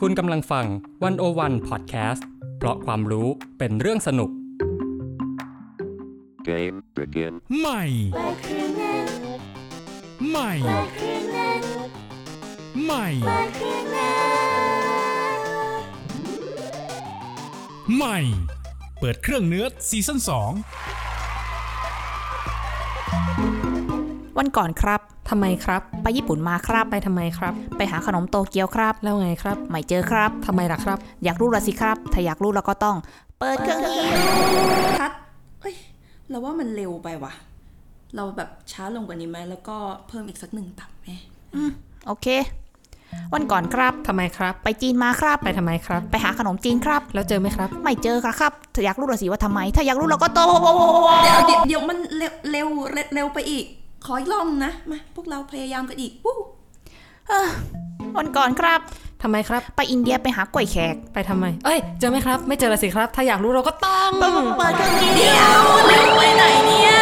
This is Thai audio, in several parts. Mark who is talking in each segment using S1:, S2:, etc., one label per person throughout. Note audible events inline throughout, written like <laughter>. S1: คุณกำลังฟังวันโอวันพอดแคสต์เพราะความรู้เป็นเรื่องสนุก
S2: Game begin.
S3: ใหม่ ใหม่ ใหม่ ใหม่ เปิดเครื่องเนื้อซีซั่น
S4: วันก่อนครับ
S5: ทำไมครับ
S4: ไปญี่ปุ่นมาครับ
S5: ไปทำไมครับ
S4: ไปหาขนมโตเกียวครับ
S5: แล้วไงครับ
S4: ไม่เจอครับ
S5: ทำไมล่ะครับ
S4: อยากรู้ละสิครับ ถ้าอยากรู้เราก็ต้อง เปิดเครื่องหิว
S6: คัดเอ้ย เราว่ามันเร็วไปว่ะ เราแบบช้าลงกว่านี้ไหม แล้วก็เพิ่มอีกสักหนึ่งตับไหม
S4: โอเค วันก่อนครับ
S5: ทำไมครับ
S4: ไปจีนมาครับ
S5: ไปทำไมครับ
S4: ไปหาขนมจีนครับ
S5: แล้วเจอไหมครับ
S4: ไม่เจอครับ ถ้าอยากรู้ละสิว่าทำไม ถ้าอยากรู้เราก็โต
S6: เดี๋ยวเดี๋ยวเดี๋ยวมันเร็วเร็วเร็วไปอีก ขออีกรอบนะ มา พวกเราพยายามกันอีกวู้
S4: วันก่อนครับ
S5: ทำไมครับ
S4: ไปอินเดียไปหากล้วยแขก
S5: ไปทำไม เอ้ย เจอไหมครับ ไม่เจอละสิครับ ถ้าอยากรู้เราก็ <laughs> ต้อง
S4: เปิดเครื่องหิว
S6: เดี๋ยวเร็วไปไหนเนี่ย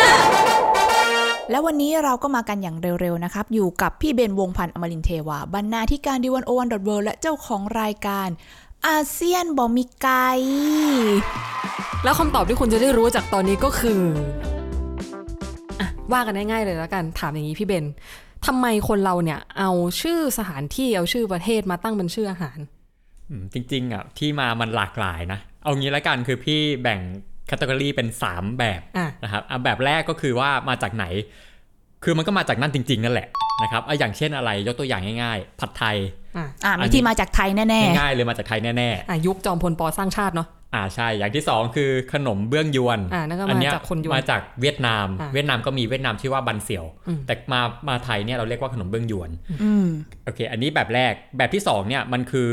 S4: แล้ววันนี้เราก็มากันอย่างเร็วๆนะครับ อยู่กับพี่เบนวงศ์พันธ์อมรินทร์เทวาบรรณาธิการดีวันโอวันดอทเวและเจ้าของรายการ อาเซียนบอมิไก
S5: แล้วคำตอบที่คุณจะได้รู้จากตอนนี้ก็คืออ่ะว่ากันง่ายๆเลยแล้วกัน ถามอย่างนี้พี่เบนทำไมคนเราเนี่ย เอาชื่อสถานที่ เอาชื่อประเทศมาตั้งเป็นชื่ออาหาร
S7: อืมจริงๆอ่ะที่มามันหลากหลายนะ เอางี้ละกันคือพี่แบ่งแคตตา o r y เป็น 3 แบบ
S5: อ่ะ
S7: นะครับอ่ะแบบแรกก็คือว่ามาจากไหน คือมันก็มาจากนั่นจริง ๆ นั่นแหละนะครับอ่ะอย่างเช่นอะไรยกตัวอย่างง่ายๆ ผัดไทย
S5: อ่ะ
S4: อ่า
S7: อันนี้
S4: มีที่มาจากไทยแน่
S7: ง่ายๆเลยมาจากไทยแน่
S5: อ่ะยุคจอมพลปอสร้างชาติเนาะ
S7: ๆอ่าใช่อย่างที่ 2 คือขนมเบื้องยวน
S5: อ่ะนั่นก็มา
S7: เย
S5: จากคนยวน
S7: มาจากเวียดนาม
S5: อ่ะ
S7: เวียดนามก็มีเวียดนามชื่อว่าบันเสี่ยว
S5: อืม
S7: แต่มามาไทยเนี่ยเราเรียกว่าขนมเบื้องยวน
S4: ๆอืม
S7: โอเค อันนี้แบบแรก แบบที่สองเนี่ยมันคือ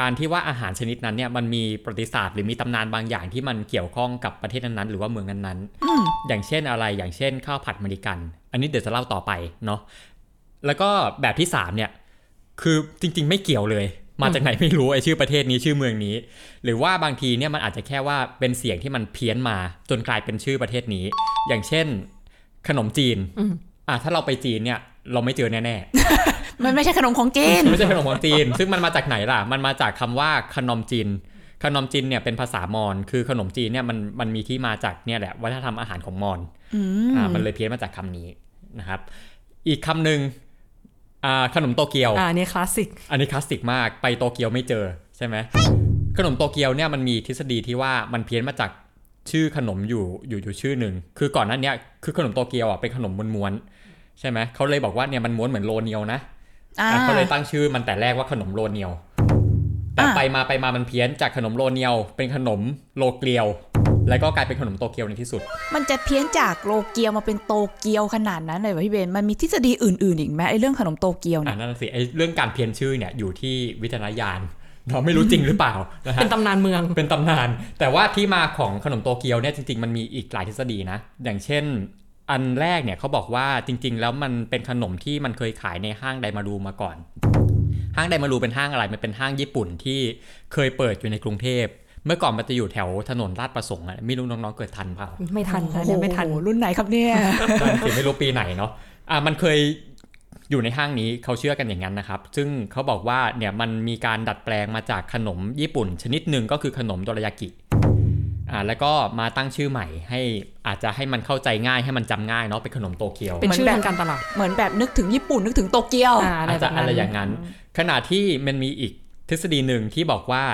S7: การที่ว่าอาหารชนิดนั้นเนี่ยมันมีประวัติศาสตร์หรือมีตำนานบางอย่างที่มันเกี่ยวข้องกับประเทศนั้นๆหรือว่าเมืองนั้น
S4: อืม
S7: ๆ อย่างเช่นอะไร อย่างเช่นข้าวผัดอเมริกัน อันนี้เดี๋ยวจะเล่าต่อไปเนาะ แล้วก็แบบที่สามเนี่ยคือจริงๆ ไม่เกี่ยวเลย มาจากไหนไม่รู้ไอชื่อประเทศนี้ชื่อเมืองนี้ หรือว่าบางทีเนี่ยมันอาจจะแค่ว่าเป็นเสียงที่มันเพี้ยนมาจนกลายเป็นชื่อประเทศนี้ อย่างเช่น ขนมจีน
S5: อืม
S7: อ่ะถ้าเราไปจีนเนี่ยเราไม่เจอแน่ๆ
S4: มันไม่ใช่ขนมของจี <laughs> น
S7: ไม่ใช่ขนมของจีน ซึ่งมันมาจากไหนล่ะ มันมาจากคำว่าขนมจีน ขนมจีนเนี่ยเป็นภาษามอญ คือขนมจีนเนี่ยมันมันมีที่มาจากเนี่ยแหละวัฒนธรรมอาหารของมอญ
S4: อืม
S7: อ่า มันเลยเพี้ยนมาจากคำนี้นะครับ อีกคำหนึ่งอ่า ขนมโตเกียว
S5: อ่านี่คลาสสิก
S7: อันนี้คลาสสิกมาก ไปโตเกียวไม่เจอใช่ไหม ขนมโตเกียวเนี่ยมันมีทฤษฎีที่ว่ามันเพี้ยนมาจากชื่อขนมอยู่อยู่อยู่ชื่อหนึ่ง คือก่อนหน้าเนี้ยคือขนมโตเกียวอ่ะเป็นขนมม้วนๆใช่ไหมเขาเลยบอกว่าเนี่ยมันม้วนเหมือนโรเนียวนะ
S4: อ่า
S7: อ่ะเขาเลยตั้งชื่อมันแต่แรกว่าขนมโรเนียว แต่
S4: อ่ะ
S7: ไปมาไปมามันเพี้ยนจากขนมโรเนียว เป็นขนมโลเกลียว แล้วก็กลายเป็นขนมโตเกียวในที่สุด
S4: มันจะเพี้ยนจากโลเกียวมาเป็นโตเกียวขนาดนั้นเลยเหรอพี่เบน มันมีทฤษฎีอื่นๆอีกไหมไอ้เรื่องขนมโตเกียว
S7: อ่า
S4: เนี่ย
S7: นั่นนะสิไอ้เรื่องการเพี้ยนชื่อเนี่ยอยู่ที่วิจารณญาณเราไม่รู้จริงหรือเปล่านะฮะ
S5: เป็นตำนานเมือง
S7: เป็นตำนาน แต่ว่าที่มาของขนมโตเกียวเนี่ยจริงๆ มันมีอีกหลายทฤษฎีนะ อย่างเช่น อันแรกเนี่ยเขาบอกว่าจริง ๆ แล้วมันเป็นขนมที่มันเคยขายในห้างไดมารูมาก่อน ห้างไดมารูเป็นห้างอะไร มันเป็นห้างญี่ปุ่นที่เคยเปิดอยู่ในกรุงเทพ เมื่อก่อนมันจะอยู่แถวถนนลาดประสงค์อะไม่รู้น้องๆเกิดทันเปล่า
S5: ไม่ทัน
S4: โอ้
S5: นะ
S4: โห
S5: เนี่ยไม่ทัน
S4: รุ่นไหนครับ <laughs> เนี่ย
S7: นั่นสิไม่รู้ปีไหนเนาะ อ่ะมันเคยอยู่ในห้างนี้เขาเชื่อกันอย่างนั้นนะครับ ซึ่งเขาบอกว่าเนี่ยมันมีการดัดแปลงมาจากขนมญี่ปุ่น ชนิดหนึ่งก็คือขนมโดรายากิ อ่าแล้วก็มาตั้งชื่อใหม่ให้อาจจะให้มันเข้าใจง่ายให้มันจำง่ายเนาะเป็นขนมโตเกียว
S5: เป็นชื่อ
S4: เหมือนแบบ
S5: ทางการตลาด
S4: เหมือนแบบนึกถึงญี่ปุ่นนึกถึงโตเกียว
S5: อ่าอะไร
S7: อาจ
S5: แบ
S7: จะ
S5: บ
S7: อะไรอ
S5: นั้
S7: ย่าน งนั้น ขณะที่มันมีอีกทฤษฎีหนึ่งที่บอกว่า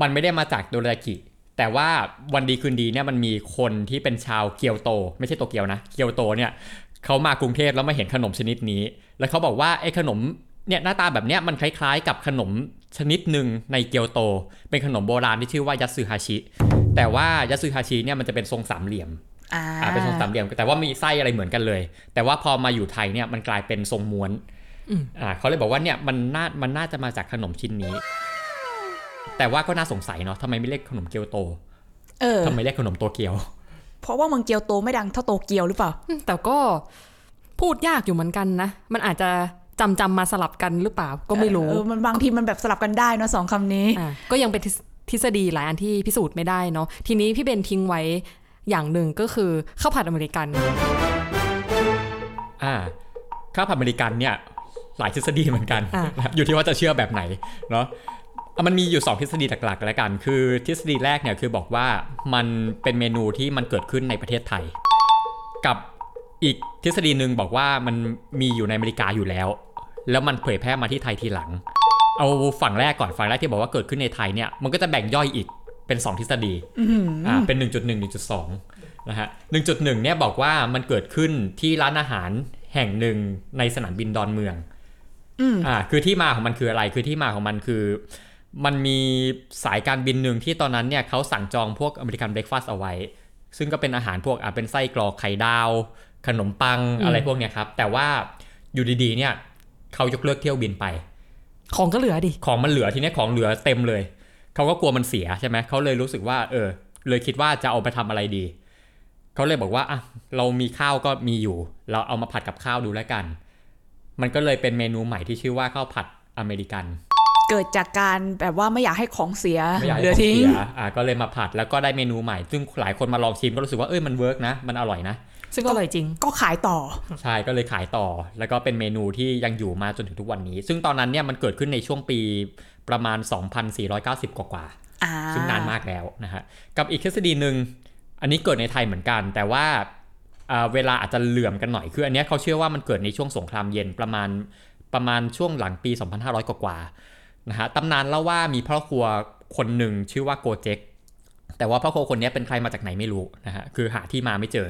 S7: มันไม่ได้มาจากโดรากิ แต่ว่าวันดีคืนดีเนี่ยมันมีคนที่เป็นชาวเกียวโต ไม่ใช่โตเกียวนะ เกียวโตเนี่ยเขามากรุงเทพแล้วมาเห็นขนมชนิดนี้ แล้วเขาบอกว่าไอ้ขนมเนี่ยหน้าตาแบบเนี้ยมันคล้ายๆ กับขนมชนิดหนึ่งในเกียวโต เป็นขนมโบราณที่ชื่อว่ายัตสึฮาชิ แต่ว่ายัตสึฮาชิเนี่ยมันจะเป็นทรงสามเหลี่ยม
S4: อ่า
S7: อ่าเป็นทรงสามเหลี่ยมแต่ว่ามีไส้อะไรเหมือนกันเลย แต่ว่าพอมาอยู่ไทยเนี่ยมันกลายเป็นทรงม้วน
S5: อืม
S7: อ่าเขาเลยบอกว่าเนี่ยมันน่ามันน่าจะมาจากขนมชิ้นนี้ แต่ว่าก็น่าสงสัยเนาะทำไมไม่เรียกขนมเกียวโต
S4: เออ
S7: ทำไมเรียกขนมโตเกียว
S4: เพราะว่าเมืองเกียวโตไม่ดังเท่าโตเกียวหรือเปล่า
S5: อืมแต่ก็พูดยากอยู่เหมือนกันนะ มันอาจจะจำจำๆมาสลับกันหรือเปล่าก็ไม่รู้
S4: เออมันบางทีมันแบบสลับกันได้เนอะสองคำนี้
S5: อ่ะก็ยังเป็นทฤษทฤษฎีหลายอันที่พิสูจน์ไม่ได้เนาะทีนี้พี่เบนทิ้งไว้อย่างหนึ่งก็คือข้าวผัดอเมริกัน
S7: อ่าข้าวผัดอเมริกันเนี่ยหลายทฤษฎีเหมือนกัน
S5: อ่ะ
S7: นะครับอยู่ที่ว่าจะเชื่อแบบไหนเนาะ เอามันมีอยู่ 2 ทฤษฎีหลักๆแล้วกัน คือทฤษฎีแรกเนี่ยคือบอกว่ามันเป็นเมนูที่มันเกิดขึ้นในประเทศไทย กับอีกทฤษฎีหนึ่งบอกว่ามันมีอยู่ในอเมริกาอยู่แล้ว แล้วมันเผยแพร่มาที่ไทยทีหลัง เอาฝั่งแรกก่อนฝั่งแรกที่บอกว่าเกิดขึ้นในไทยเนี่ยมันก็จะแบ่งย่อยอีกเป็น 2 ทฤษฎีอ่าเป็น 1.1 1.2นะฮะ1.1เนี่ยบอกว่ามันเกิดขึ้นที่ร้านอาหารแห่งหนึ่งในสนามบินดอนเมือง อ่าคือที่มาของมันคืออะไรคือที่มาของมันคือ มันมีสายการบินหนึ่งที่ตอนนั้นเนี่ยเขาสั่งจองพวกอเมริกันเบรคฟาสต์เอาไว้ ซึ่งก็เป็นอาหารพวกอ่าเป็นไส้กรอกไข่ดาว ขนมปังอะไรพวกเนี้ยครับ แต่ว่าอยู่ดีๆเนี่ยเขายกเลิกเที่ยวบินไป
S5: ของก็เหลือดิ
S7: ของมันเหลือทีเนี้ยของเหลือเต็มเลย เขาก็กลัวมันเสียใช่ไหมเขาเลยรู้สึกว่า เออ เลยคิดว่าจะเอาไปทำอะไรดี เขาเลยบอกว่าอ่ะเรามีข้าวก็มีอยู่ เราเอามาผัดกับข้าวดูแล้วกัน มันก็เลยเป็นเมนูใหม่ที่ชื่อว่าข้าวผัดอเมริกัน
S4: เกิดจากการแบบว่าไม่อยากให้ของเสีย
S7: ไม่อยาก
S4: เห
S7: ให้
S4: ลือ
S7: ของ
S4: ทิ้ง
S7: เสียอ่ะก็เลยมาผัดแล้วก็ได้เมนูใหม่ ซึ่งหลายคนมาลองชิมก็รู้สึกว่าเอ้ยมันเวิร์กนะมันอร่อยนะ
S5: ซึ่งก็อร่อยจริง
S4: ก็ขายต่อ
S7: ใช่ก็เลยขายต่อ แล้วก็เป็นเมนูที่ยังอยู่มาจนถึงทุกวันนี้ ซึ่งตอนนั้นเนี่ยมันเกิดขึ้นในช่วงปีประมาณ 2490 กว่าๆ
S4: อ่า
S7: ซึ่งนานมากแล้วนะฮะกับอีกทฤษฎีหนึ่งอันนี้เกิดในไทยเหมือนกัน แต่ว่าเอ่อเวลาอาจจะเหลื่อมกันหน่อยคืออันเนี้ยเขาเชื่อว่ามันเกิดในช่วงสงครามเย็นประมาณประมาณช่วงหลังปี 2500 กว่าๆนะฮะตำนานเล่าว่ามีพ่อครัวคนหนึ่งชื่อว่าโกเจกแต่ว่าพ่อครัวคนเนี้ยเป็นใครมาจากไหนไม่รู้นะฮะคือหาที่มาไม่เจอ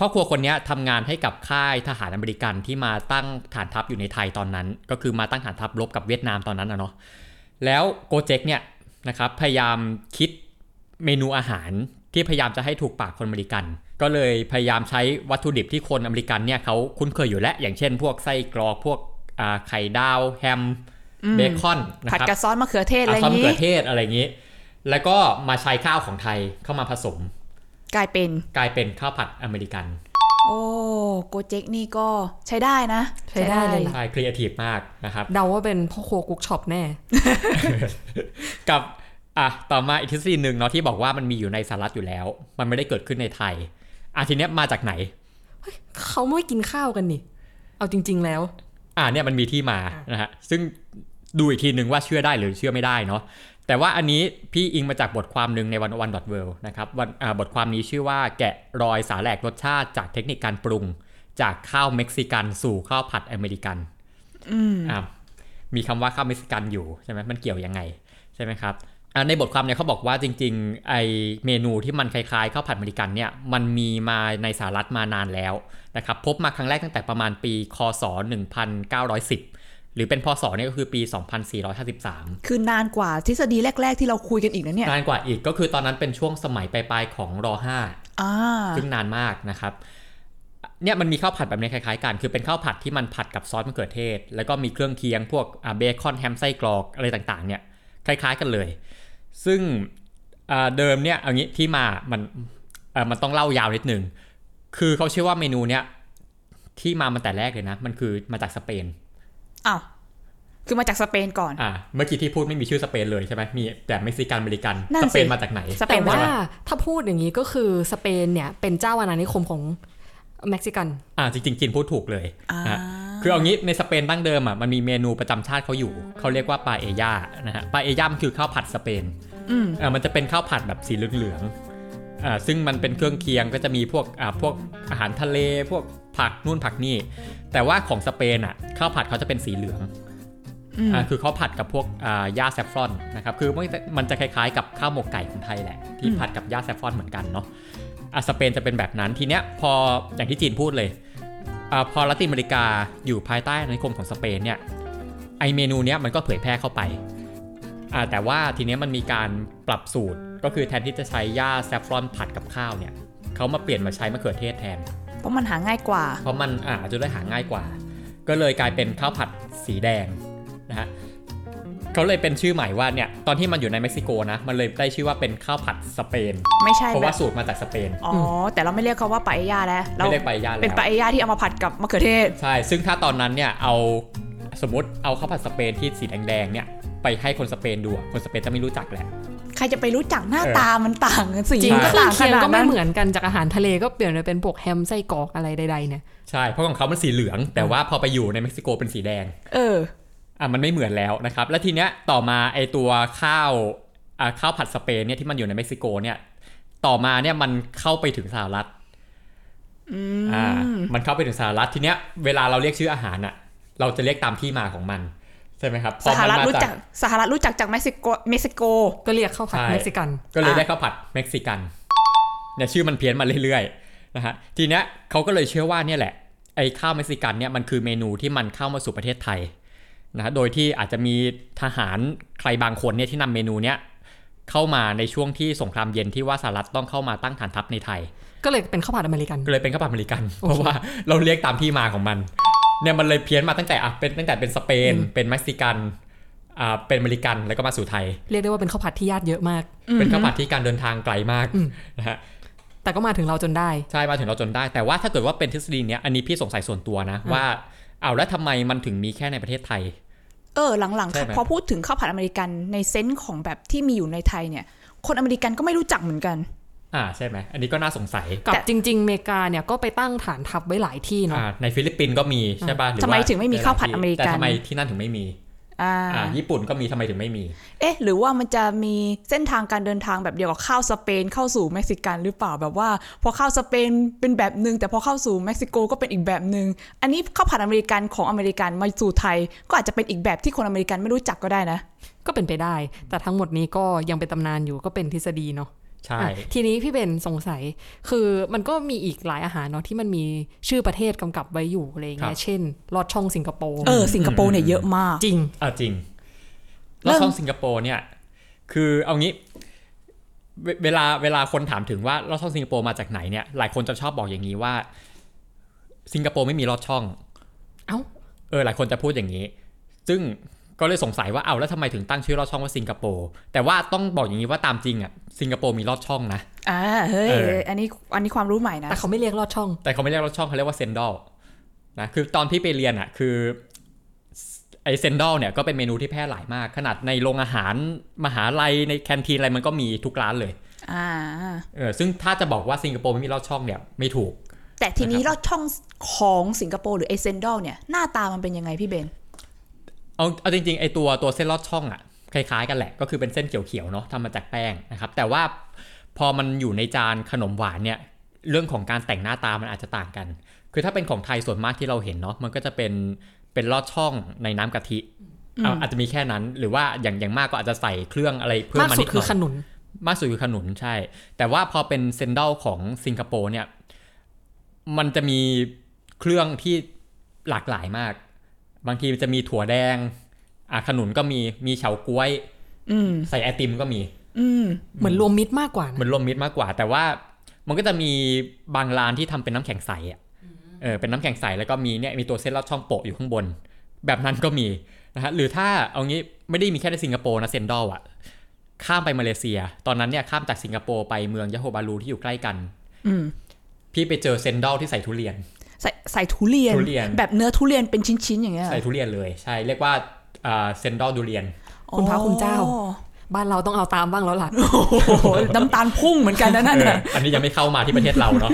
S7: พ่อครัวคนเนี้ยทำงานให้กับค่ายทหารอเมริกันที่มาตั้งฐานทัพอยู่ในไทยตอนนั้น ก็คือมาตั้งฐานทัพรบกับเวียดนามตอนนั้นนะเนาะ แล้วโกเจกเนี่ยนะครับพยายามคิดเมนูอาหารที่พยายามจะให้ถูกปากคนอเมริกัน ก็เลยพยายามใช้วัตถุดิบที่คนอเมริกันเนี่ยเขาคุ้นเคยอยู่แล้ว อย่างเช่นพวกไส้กรอกพวกอ่าไข่ดาว แฮมเบคอนนะ
S4: ผัด
S7: ครับ
S4: กับซอสมะเขือเทศอะไรอ
S7: ซอส
S4: ย่าง
S7: มะ
S4: นี้
S7: เขือเทศอะไรอย่างนี้ แล้วก็มาใช้ข้าวของไทยเข้ามาผสม
S4: กลายเป็น
S7: กลายเป็นข้าวผัดอเมริกัน
S4: โอ้โกเจกนี่ก็ใช้ได้นะ
S5: ใช้ได้เลยล่ะ
S7: ใช่ครีเอทีฟมากนะครับ
S5: เดาว่าเป็นพ่อครัวกุ๊กช็อปแน่
S7: กับอ่ะต่อมาอีกทฤษฎีหนึ่งเนาะที่บอกว่ามันมีอยู่ในสหรัฐอยู่แล้ว มันไม่ได้เกิดขึ้นในไทยอ่ะทีเนี้ยมาจากไหน
S5: เขาไม่กินข้าวกันนี่ เอาจริง ๆ แล้ว
S7: อ่าเนี่ยมันมีที่มานะฮะซึ่งดูอีกทีหนึ่งว่าเชื่อได้หรือเชื่อไม่ได้เนาะแต่ว่าอันนี้พี่อิงมาจากบทความหนึ่งในวันวันดอทเวนะครับวันอ่าบทความนี้ชื่อว่าแกะรอยสาแหลกรสชาติจากเทคนิคการปรุง จากข้าวเม็กซิกันสู่ข้าวผัดอเมริกันอ่ามีคำว่าข้าวเม็กซิกันอยู่ใช่ไหมมันเกี่ยวยังไงใช่ไหมครับอ่าในบทความเนี่ยเขาบอกว่าจริงๆไอเมนูที่มันคล้ายๆข้าวผัดอเมริกันเนี่ยมันมีมาในสหรัฐมานานแล้ว นะครับพบมาครั้งแรกตั้งแต่ประมาณปี คศ 1910 หรือเป็นพศเนี่ยก็คือปี 2453
S4: คือนานกว่าทฤษฎีแรก ๆ ที่เราคุยกันอีกนะเนี่ย
S7: นานกว่าอีกก็คือตอนนั้นเป็นช่วงสมัยปลายๆของร .5
S4: อ่า
S7: ซึ่งนานมากนะครับ เนี่ยมันมีข้าวผัดแบบนี้คล้ายๆกัน คือเป็นข้าวผัดที่มันผัดกับซอสมะเขือเทศ แล้วก็มีเครื่องเคียงพวกอ่าเบคอนแฮมไส้กรอกอะไรต่างๆ เนี่ยคล้ายๆกันเลย ซึ่งอ่าเดิมเนี่ยเอางี้ที่มา มันเอ่อมันต้องเล่ายาวนิดนึง คือเขาเชื่อว่าเมนูเนี่ยที่มามันแต่แรกเลยนะ มันคือมาจากสเปน
S4: อ้าวคือมาจากสเปนก่อน
S7: อ่าเมื่อกี้ที่พูดไม่มีชื่อสเปนเลยใช่ไหมมีแต่เม็กซิกันอเมริกัน
S4: นั่นสิ
S7: สเปนมาจากไหน
S4: สเป
S5: แต่
S4: น
S5: ว่า
S4: ว่า
S5: ถ้าพูดอย่างนี้ก็คือสเปนเนี่ย เป็นเจ้าอาณานิคมของเม็กซิกัน
S7: อ่าจริงๆจีนพูดถูกเลย
S4: อ่า
S7: อ่ะคือเอางี้ในสเปนดั้งเดิมอ่ะมันมีเมนูประจำชาติเขาอยู่ เขาเรียกว่าปาเอย่านะฮะปาเอย่ามันคือข้าวผัดสเปน
S4: อืม
S7: อ่ามันจะเป็นข้าวผัดแบบสีเหลืองๆอ่าซึ่งมันเป็นเครื่องเคียงก็จะมีพวกอ่าพวกอาหารทะเล พวกผักนู่นผักนี่ แต่ว่าของสเปนอ่ะข้าวผัดเขาจะเป็นสีเหลืองอ่าคือเขาผัดกับพวกอ่าหญ้าแซฟฟรอนนะครับคือมันจะมันจะคล้ายๆกับข้าวหมกไก่ของไทยแหละที่ผัดกับหญ้าแซฟฟรอนเหมือนกันเนาะอ่ะสเปนจะเป็นแบบนั้นทีเนี้ยพออย่างที่จีนพูดเลย อาพอละตินอเมริกาอยู่ภายใต้อาณานิคมของสเปนเนี่ยไอเมนูเนี้ยมันก็เผยแพร่เข้าไปอ่าแต่ว่าทีเนี้ยมันมีการปรับสูตรก็คือแทนที่จะใช้หญ้าแซฟฟรอนผัดกับข้าวเนี่ยเขามาเปลี่ยนมาใช้มะเขือเทศแทน
S4: เพราะมันหาง่ายกว่า
S7: เพราะมันอาจจะได้หาง่ายกว่า ก็เลยกลายเป็นข้าวผัดสีแดงนะฮะเขาเลยเป็นชื่อใหม่ว่าเนี่ยตอนที่มันอยู่ในเม็กซิโกนะมันเลยได้ชื่อว่าเป็นข้าวผัดสเปน
S4: ไม่ใช่
S7: เพราะ
S4: แบ
S7: ว่า
S4: บ
S7: สูตรมาจากสเปน
S4: อ๋อแต่เราไม่เรียกเขาว่าปาเอยาแล้วเรา
S7: ไม่ได้ปาเอียาแล้ว
S4: เป็นปาเอยาที่เอามาผัดกับมะเขือเทศ
S7: ใช่ ซึ่งถ้าตอนนั้นเนี่ยเอาสมมติเอาข้าวผัดสเปนที่สีแดงๆเนี่ยไปให้คนสเปนดูอะคนสเปนจะไม่รู้จักแหละ
S4: ใครจะไปรู้จักหน้า
S7: เออ
S4: ตามันต่างกันสี
S5: จริง
S4: มัน
S5: ก็
S4: ก็
S5: คือ
S4: ต่าง
S5: เคี
S4: ข
S5: ยง
S4: นาด
S5: ก็ไม่
S4: นั้น
S5: เหมือนกันจากอาหารทะเลก็เปลี่ยนไปเป็นพวกแฮมไส้กรอกอะไรใดๆเนี่ย
S7: ใช่ เพราะของเขามันสีเหลือง แต่ว่าพอไปอยู่ในเม็กซิโกเป็นสีแดง
S4: เออ
S7: อ่ะมันไม่เหมือนแล้วนะครับ และทีเนี้ยต่อมาไอตัวข้าวอ่ะข้าวผัดสเปนเนี่ยที่มันอยู่ในเม็กซิโกเนี่ยต่อมาเนี่ยมันเข้าไปถึงสหรัฐอ่ามันเข้าไปถึงสหรัฐทีเนี้ยเวลาเราเรียกชื่ออาหารอ่ะเราจะเรียกตามที่มาของมันใช่ไหมครับพ
S4: ส
S7: อ
S4: ห
S7: มัน
S4: รัฐ
S7: มา
S4: รู้
S7: จา
S4: จั
S7: ก
S4: กสหรัฐรู้จักจากเม็กซิโกเม็กซิโก
S5: ก็เรียกเข้าผัด
S7: ใช่
S5: เม็กซิกัน
S7: ก็เลย
S4: อ่ะ
S7: ได้ข้าวผัดเม็กซิกันเนี่ยชื่อมันเพี้ยนมาเรื่อยๆนะฮะทีเนี้ยเขาก็เลยเชื่อว่าเนี่ยแหละไอ้ข้าวเม็กซิกันเนี่ยมันคือเมนูที่มันเข้ามาสู่ประเทศไทยนะฮะโดยที่อาจจะมีทหารใครบางคนเนี่ยที่นำเมนูเนี้ยเข้ามาในช่วงที่สงครามเย็นที่ว่าสหรัฐต้องเข้ามาตั้งฐานทัพในไทย
S5: ก็เลยเป็นข้าวผัดอเมริกัน
S7: ก็เลยเป็นข้าวผัดอเมริกัน เพราะว่า <laughs> เราเรียกตามที่มาของมันเนี่ยมันเลยเพี้ยนมาตั้งแต่อ่ะเป็นตั้งแต่เป็นสเปนเป็นเม็กซิกันอ่าเป็นอเมริกันแล้วก็มาสู่ไทย
S5: เรียกได้ว่าเป็นข้าวผัดที่ญาติเยอะมาก
S7: เป็นข้าวผัดที่การเดินทางไกลมากนะฮะ
S5: แต่ก็มาถึงเราจนได้
S7: ใช่มาถึงเราจนได้แต่ว่าถ้าเกิดว่าเป็นทฤษฎีเนี้ยอันนี้พี่สงสัยส่วนตัวนะ ว่าเอาแล้วทำไมมันถึงมีแค่ในประเทศไทย
S4: เออหลัง
S7: ใช่ไหม
S4: ๆพอพูดถึงข้าวผัดอเมริกันในเซนส์ของแบบที่มีอยู่ในไทยเนี่ย คนอเมริกันก็ไม่รู้จักเหมือนกัน
S7: อ่าใช่ไหมอันนี้ก็น่าสงสัย
S5: กับ
S4: แต่
S5: จริง ๆ อเมริกาเนี่ยก็ไปตั้งฐานทัพไว้หลายที่เนาะ
S7: อ่าในฟิลิปปินส์ก็มีใช่ป่ะหรือว่า
S4: ทำไมถึงไม่มีข้าวผัดอเมริกัน
S7: แต่ทำไมที่นั่นถึงไม่มี
S4: อ่า
S7: อ่าญี่ปุ่นก็มีทำไมถึงไม่มี
S4: เอ๊ะ หรือว่ามันจะมีเส้นทางการเดินทางแบบเดียวกับข้าวสเปนเข้าสู่เม็กซิกันหรือเปล่าแบบว่า พอข้าวสเปนเป็นแบบหนึ่งแต่พอเข้าสู่เม็กซิโกก็เป็นอีกแบบหนึ่งอันนี้ข้าวผัดอเมริกันของอเมริกันมาสู่ไทย ก็อาจจะเป็นอีกแบบที่คนอเมริกันไม่รู้จักก็ได้นะ
S5: ก็เป็นไปได้ แต่ทั้งหมดนี้ก็ยังเป็นตำนานอยู่ก็เป็นทฤษฎีเนาะ
S7: ใช่
S5: อ่ะทีนี้พี่เบนสงสัย คือมันก็มีอีกหลายอาหารเนาะที่มันมีชื่อประเทศกำกับไว้อยู่อะไรอย่างเงี้ย เช่น ลอดช่องสิงคโปร์
S4: เออสิงคโปร์เนี่ยเยอะมาก
S5: จริง
S7: อ่าจริง แล้วช่องสิงคโปร์เนี่ยคือเอางี้เวเวลาเวลาคนถามถึงว่าลอดช่องสิงคโปร์มาจากไหนเนี่ยหลายคนจะชอบบอกอย่างนี้ว่า สิงคโปร์ไม่มีลอดช่อง
S5: เอ้า
S7: เออหลายคนจะพูดอย่างนี้ ซึ่งก็เลยสงสัยว่าเอาแล้วทำไมถึงตั้งชื่อลอดช่องว่าสิงคโปร์ แต่ว่าต้องบอกอย่างนี้ว่าตามจริงอ่ะสิงคโปร์มีลอดช่องนะ
S4: อ่าเฮ้ย
S7: เออ
S4: อันนี้อันนี้ความรู้ใหม่นะ
S5: แต่เขาไม่เรียกลอดช่อง
S7: แต่เขาไม่เรียกลอดช่องเขาเรียกว่าเซนดอลนะ คือตอนพี่ไปเรียนอ่ะคือไอเซนดอลเนี่ยก็เป็นเมนูที่แพร่หลายมาก ขนาดในโรงอาหารมหาลัยในแคนทีนอะไรมันก็มีทุกร้านเลย
S4: อ่า
S7: เออซึ่งถ้าจะบอกว่าสิงคโปร์ไม่มีลอดช่องเนี่ยไม่ถูก
S4: แต่ทีนี้
S7: นะครับ
S4: ลอดช่องของสิงคโปร์หรือไอเซนดอลเนี่ย หน้าตามันเป็นยังไงพี่เบน
S7: เอาเอาจริงๆไอตัวตัวเส้นลอดช่องอะคล้ายๆกันแหละ ก็คือเป็นเส้นเขียวๆเนาะทำมาจากแป้งนะครับ แต่ว่าพอมันอยู่ในจานขนมหวานเนี่ยเรื่องของการแต่งหน้าตามันอาจจะต่างกัน คือถ้าเป็นของไทยส่วนมากที่เราเห็นเนาะมันก็จะเป็นเป็นลอดช่องในน้ำกะทิเอาอาจจะมีแค่นั้น หรือว่าอย่างอย่างมากก็อาจจะใส่เครื่องอะไรเพิ่ม
S5: มาก
S7: มา
S5: สุ
S7: นิ
S5: ด
S7: ดห
S5: คื
S7: น่
S5: อ
S7: อย
S5: ขนุน
S7: มากสุดคือขนุนใช่ แต่ว่าพอเป็นเซนเดลของสิงคโปร์เนี่ย มันจะมีเครื่องที่หลากหลายมาก บางทีจะมีถั่วแดงอ่ะขนุนก็มีมีเฉาก๊วย
S4: อืม
S7: ใส่ไอติมก็มี
S4: อืม
S5: เหมือนรวมมิตรมากกว่า
S7: เห
S5: นะ
S7: มือนรวมมิตรมากกว่า แต่ว่ามันก็จะมีบางร้านที่ทำเป็นน้ำแข็งใสอ่ะเออเป็นน้ำแข็งใสแล้วก็มีเนี่ยมีตัวเส้นลอดช่องโปะอยู่ข้างบน แบบนั้นก็มีนะฮะหรือถ้าเอางี้ไม่ได้มีแค่ในสิงคโปร์นะเซนดอลอ่ะ ข้ามไปมาเลเซีย ตอนนั้นเนี่ยข้ามจากสิงคโปร์ไปเมืองยะโฮบารูที่อยู่ใกล้กัน
S4: อืม
S7: พี่ไปเจอเซนดอลที่ใส่ทุเรียน
S4: ใส่ใส่ทุเรียน
S7: ทุเรียน
S4: แบบเนื้อทุเรียนเป็นชิ้น ๆ อย่างเงี้ย
S7: ใส่ทุเรียนเลย ใช่ เรียกว่าอ่าเซนดอลดูเรียน
S5: คุณพระคุณเจ้า
S4: อ๋อ
S5: บ้านเราต้องเอาตามบ้างแล้วล่ะ
S4: โอ้โหน้ำตาลพุ่งเหมือนกันนะนั่น
S7: เออ
S4: น่ะ
S7: อันนี้ยังไม่เข้ามาที่ประเทศเรา
S4: <laughs>
S7: เนาะ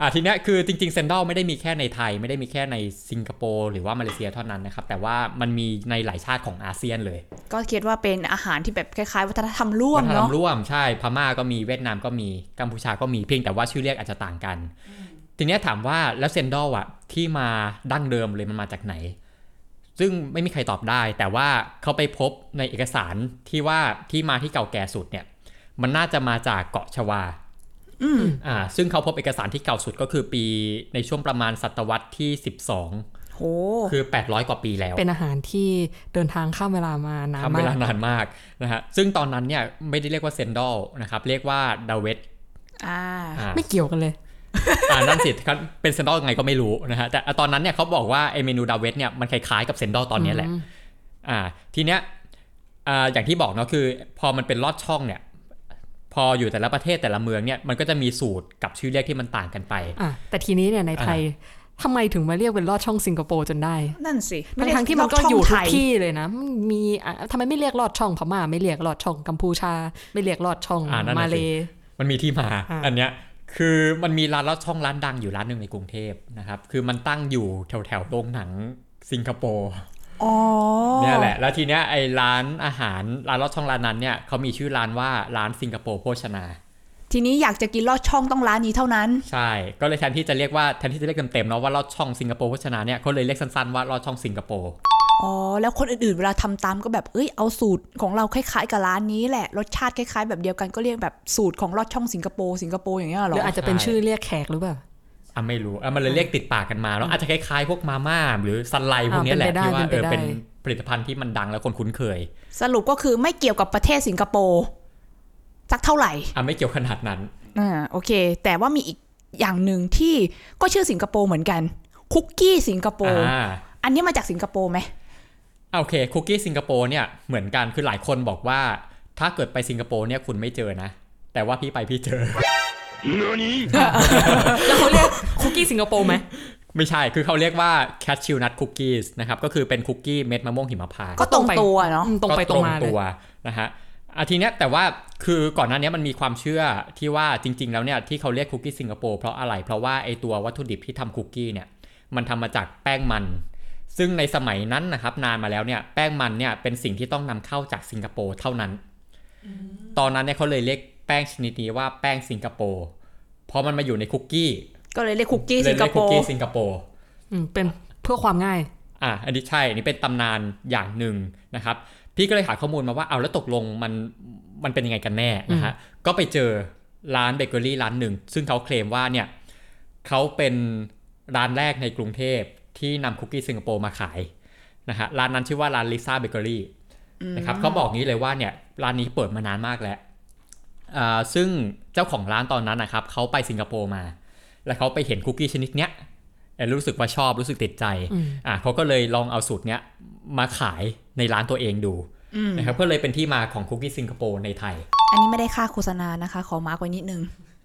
S7: อ่ะทีเนี้ยคือจริงๆเซนดอลไม่ได้มีแค่ในไทย ไม่ได้มีแค่ในสิงคโปร์หรือว่ามาเลเซียเท่านั้นนะครับ แต่ว่ามันมีในหลายชาติของอาเซียนเลย
S4: ก็คิดว่าเป็นอาหารที่แบบคล้าย ๆ วัฒนธรรมร่ว
S7: วั
S4: ม
S7: ฒนธรร
S4: เนาะ
S7: มร่วมใช่ พม่าก็มีเวียดนามก็มีกัมพูชาก็มีเพียงแต่ว่าชื่อเรียกอาจจะต่างกัน ทีเนี้ยถามว่าแล้วเซนดอลอะที่มาดั้งเดิมเลยมันมาจากไหน ซึ่งไม่มีใครตอบได้ แต่ว่าเขาไปพบในเอกสารที่ว่าที่มาที่เก่าแก่สุดเนี่ย มันน่าจะมาจากเกาะชวา
S4: อืม
S7: อ่าซึ่งเขาพบเอกสารที่เก่าสุดก็คือปีในช่วงประมาณศตวรรษที่
S4: โห
S7: 12 คือ 800 กว่าปีแล้ว
S5: เป็นอาหารที่เดินทางข้ามเวลามานาน
S7: ทำเว
S5: มา
S7: ลาก นานมากนะฮะซึ่งตอนนั้นเนี่ยไม่ได้เรียกว่าเซนดอลนะครับ เรียกว่าดาเวต
S4: อ่า
S7: อ่า
S5: ไม่เกี่ยวกันเลย
S7: อ่านั่นสิครับเป็นเซนดอลยังไงก็ไม่รู้นะฮะแต่ตอนนั้นเนี่ยเขาบอกว่าไอเมนูดาเวตเนี่ยมันคล้ายๆกับเซนดอลตอนเนี้ยแหละอ่าทีเนี้ยอ่าอย่างที่บอกเนาะคือ พอมันเป็นลอดช่องเนี่ยพออยู่แต่ละประเทศแต่ละเมืองเนี่ยมันก็จะมีสูตรกับชื่อเรียกที่มันต่างกันไป
S5: อ่ะแต่ทีนี้เนี่ยในไทยทำไมถึงมาเรียกเป็นลอดช่องสิงคโปร์จนได้
S4: นั่นสิ
S5: ทั้งทั้งๆที่มันก็อยู่ทุกที่เลยนะมันมีอ่ะทำไมไม่เรียกลอดช่องพม่าไม่เรียกลอดช่องกัมพูชา ไม่เรียกลอดช่อง
S7: อ่ะนั่นน่ะสิ
S5: มาเล
S7: มันมีที่มา
S5: อ่ะ
S7: อันเนี้ยคือมันมีร้านลอดช่องร้านดังอยู่ร้านหนึ่งในกรุงเทพนะครับ คือมันตั้งอยู่แถวแถวๆโรงหนังสิงคโปร์
S4: อ๋อ
S7: เนี่ยแหละ แล้วทีเนี้ยไอ้ร้านอาหารร้านลอดช่องร้านนั้นเนี่ยเขามีชื่อร้านว่าร้านสิงคโปร์โภชนา
S4: ทีนี้อยากจะกินลอดช่องต้องร้านนี้เท่านั้น
S7: ใช่ ก็เลยแทนที่จะเรียกว่าแทนที่จะเรียกเต็มๆเนาะว่าลอดช่องสิงคโปร์โภชนาเนี่ยเขาเลยเรียกสั้นๆว่าลอดช่องสิงคโปร์
S4: อ๋อ แล้วคนอื่นๆ เวลาทำตามก็แบบ เอ้ย เอาสูตรของเราคล้ายๆ กับร้านนี้แหละ รสชาติคล้ายๆ แบบเดียวกันก็เรียกแบบสูตรของลอดช่องสิงคโปร์สิงคโปร์อย่างเงี้ย
S5: ห
S4: เหร
S5: รือ ออาจจะเป็นชื่อเรียกแขกหรือเปล่า
S7: อ่ะไม่รู้อ่ะมันเลยเรียกติดปากกันมาเนาะอาจจะคล้ายๆพวกมาม่าหรือสไลด์พวกเนี้ยแหละ
S5: อ่าเป็น
S7: ที่
S5: ไปได้
S7: ว่าเออ
S5: เป็
S7: เป็น
S5: นไปได้
S7: ผลิตภัณฑ์ที่มันดังแล้วคนคุ้นเคย
S4: สรุปก็คือไม่เกี่ยวกับประเทศสิงคโปร์สักเท่าไหร่
S7: อ่ะไม่เกี่ยวขนาดนั้น
S4: อ่าโอเค แต่ว่ามีอีกอย่างหนึ่งที่ก็ชื่อสิงคโปร์เหมือนกัน คุกกี้สิงคโปร์
S7: อ่า
S4: อันนี้มาจากสิงคโปร์ไหม
S7: อ่ะโอเคคุกกี้สิงคโปร์เนี่ยเหมือนกันคือหลายคนบอกว่าถ้าเกิดไปสิงคโปร์เนี่ยคุณไม่เจอนะ แต่ว่าพี่ไปพี่เจอ <laughs>
S5: แล้วเขาเรียกคุกกี้สิงคโปร์ไหม
S7: ไม่ใช่คือเขาเรียกว่า cashew nut cookies นะครับก็คือเป็นคุกกี้เม็ดมะม่วงหิมพานต์
S4: ก็ตรงตัวเนาะ
S5: อืมตรงไปตรงมาเลย
S7: วนะฮะอาทีเนี้ยแต่ว่าคือก่อนหน้าเนี้ยมันมีความเชื่อที่ว่าจริง ๆ แล้วเนี่ยที่เขาเรียกคุกกี้สิงคโปร์เพราะอะไร เพราะว่าไอตัววัตถุดิบที่ทำคุกกี้เนี่ยมันทำมาจากแป้งมัน ซึ่งในสมัยนั้นนะครับนานมาแล้วเนี่ยแป้งมันเนี่ยเป็นสิ่งที่ต้องนำเข้าจากสิงคโปร์เท่านั้น ตอนนั้นเนี่ยเขาเลยเรียกแป้งชนิดนี้ว่าแป้งสิงคโปร์เพราะมันมาอยู่ในคุกกี้
S4: ก็เลยเรียกคุกกี้
S7: เลย
S4: สิงค
S7: เรียก
S4: โป
S7: คุก
S4: ร์
S7: กี้สิงคโปร์
S5: อืมเป็นเพื่อความง่าย
S7: อ่ะอันนี้ใช่อันนี้เป็นตำนานอย่างหนึ่งนะครับ พี่ก็เลยหาข้อมูลมาว่าเอาแล้วตกลงมันมันเป็นยังไงกันแน่นะฮะ ก็ไปเจอร้านเบเกอรี่ร้านหนึ่ง ซึ่งเขาเคลมว่าเนี่ยเขาเป็นร้านแรกในกรุงเทพที่นำคุกกี้สิงคโปร์มาขายนะฮะ ร้านนั้นชื่อว่าร้านลิซ่าเบเกอรี่นะครับเขาบอกงี้เลยว่าเนี่ยร้านนี้เปิดมานานมากแล้วอ่าซึ่งเจ้าของร้านตอนนั้นนะครับเขาไปสิงคโปร์มา แล้วเขาไปเห็นคุกกี้ชนิดเนี้ย เอ่อรู้สึกว่าชอบรู้สึกติดใจ อ่ะเขาก็เลยลองเอาสูตรเนี้ยมาขายในร้านตัวเองดูนะครับก็เลยเป็นที่มาของคุกกี้สิงคโปร์ในไทย
S4: อันนี้ไม่ได้ค่าโฆษณานะคะ ขอมาร์กไว้นิดนึง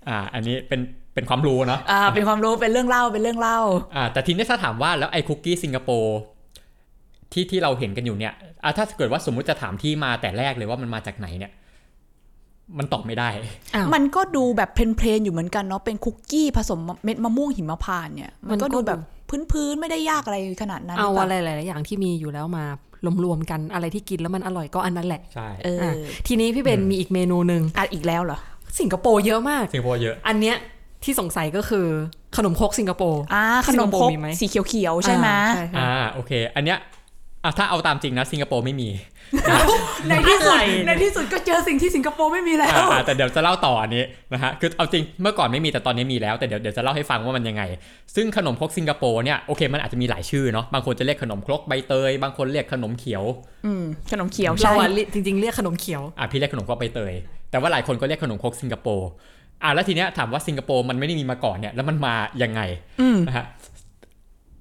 S7: อ่า อันนี้เป็นเป็นความรู้เนาะ
S4: อ่าเป็นความรู้เป็นเรื่องเล่าเป็นเรื่องเล่า
S7: อ่าแต่ทีนี้ถ้าถามว่าแล้วไอ้คุกกี้สิงคโปร์ที่ที่เราเห็นกันอยู่เนี่ยอ่ะถ้าเกิดว่าสมมุติจะถามที่มาแต่แรกเลยว่ามันมาจากไหนเนี่ย มันตอบไม่ได้
S5: อ้าว
S4: มันก็ดูแบบเพลนๆอยู่เหมือนกันเนาะเป็นคุกกี้ผสมเม็ดมะม่วงหิมพานต์เนี่ย มันก็
S5: มันก็
S4: ดูแบบพื้นๆไม่ได้ยากอะไรขนาดนั้น
S5: เอา
S4: หปล่
S5: อะไรหลายๆอย่างที่มีอยู่แล้วมารวมๆกันอะไรที่กินแล้วมันอร่อยก็อันนั้นแหละ
S7: ใช่
S4: เออ
S5: อ่ะทีนี้พี่เบนมีอีกเมนูหนึ่ง
S4: อ่ะอีกแล้วเหรอ
S5: สิงคโปร์เยอะมาก
S7: สิงคโปร์เยอะ
S5: อันเนี้ยที่สงสัยก็คือขนมครกสิงคโปร์
S4: อ่าข
S5: ที่สิ
S4: น
S5: ง
S4: ม
S5: โป
S4: คร
S5: ร์
S4: ก
S5: มีไหม
S4: สีเขียวๆใช่ไหม
S5: อ่าใช่ใช่
S7: อ่าโอเค อันเนี้ยอ่ะถ้าเอาตามจริงนะสิงคโปร์ไม่มี
S4: ในที่สุด
S5: อะไร
S4: ใน
S5: เนี่ย
S4: ที่สุดก็เจอสิ่งที่สิงคโปร์ไม่มีแล้ว
S7: อ่าอ่าแต่เดี๋ยวจะเล่าต่ออันนี้นะฮะคือเอาจริงเมื่อก่อนไม่มีแต่ตอนนี้มีแล้วแต่เดี๋ยวเดี๋ยวจะเล่าให้ฟังว่ามันยังไง ซึ่งขนมครกสิงคโปร์เนี่ยโอเคมันอาจจะมีหลายชื่อเนาะบางคนจะเรียกขนมครกใบเตย บางคนเรียกขนมเขียว
S4: อืมขนมเขียว
S5: เรา
S4: ใช่
S5: อ่ะเรียกจริง ๆ เรียกขนมเขียว
S7: อ่ะพี่เรียกขนมครกใบเตย แต่ว่าหลายคนก็เรียกขนมครกสิงคโปร์อ่ะแล้วทีเนี้ยถามว่าสิงคโปร์มันไม่ได้มีมาก่อนเนี่ยแล้วมันมายังไงนะฮะ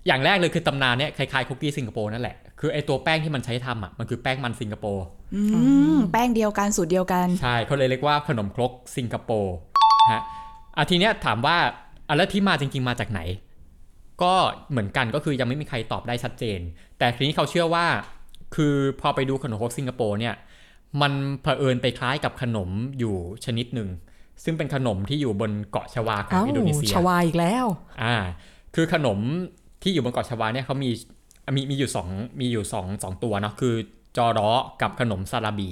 S7: อย่างแรกเลยคือตำนานเนี่ยคล้ายๆคุกกี้สิงคโปร์นั่นแหละคือไอตัวแป้งที่มันใช้ทำอ่ะมันคือแป้งมันสิงคโปร์
S4: อืมแป้งเดียวกันสูตรเดียวกัน
S7: ใช่เขาเลยเรียกว่าขนมครกสิงคโปร์ฮะอาทีเนี้ยถามว่าอะแล้วที่มาจริงๆมาจากไหน ก็เหมือนกันก็คือยังไม่มีใครตอบได้ชัดเจน แต่ทีนี้เขาเชื่อว่า คือพอไปดูขนมครกสิงคโปร์เนี่ย มันเผอิญไปคล้ายกับขนมอยู่ชนิดหนึ่ง ซึ่งเป็นขนมที่อยู่บนเกาะชวาของ
S5: เอ้า
S7: อินโดนีเซีย
S5: ชวาอีกแล้ว
S7: อ่าคือขนมที่อยู่บนเกาะชวาเนี่ยเขามีมีมีอยู่สองมีอยู่สองสองตัวเนาะคือจอร้อกับขนมซาลาบี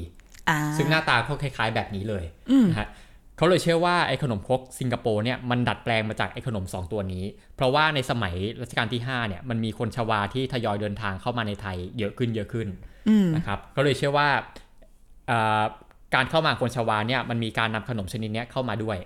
S4: อ่า
S7: ซึ่งหน้าตาก็คล้ายๆแบบนี้เลยนะฮะเขาเลยเชื่อว่าไอ้ขนมครกสิงคโปร์เนี่ยมันดัดแปลงมาจากไอ้ขนม 2 ตัวนี้ เพราะว่าในสมัยรัชกาลที่5เนี่ยมันมีคนชวาที่ทยอยเดินทางเข้ามาในไทยเยอะขึ้นเยอะขึ้นนะครับเขาเลยเชื่อว่าเอ่อการเข้ามาของคนชวาเนี่ยมันมีการนำขนมชนิดเนี้ยเข้ามาด้วย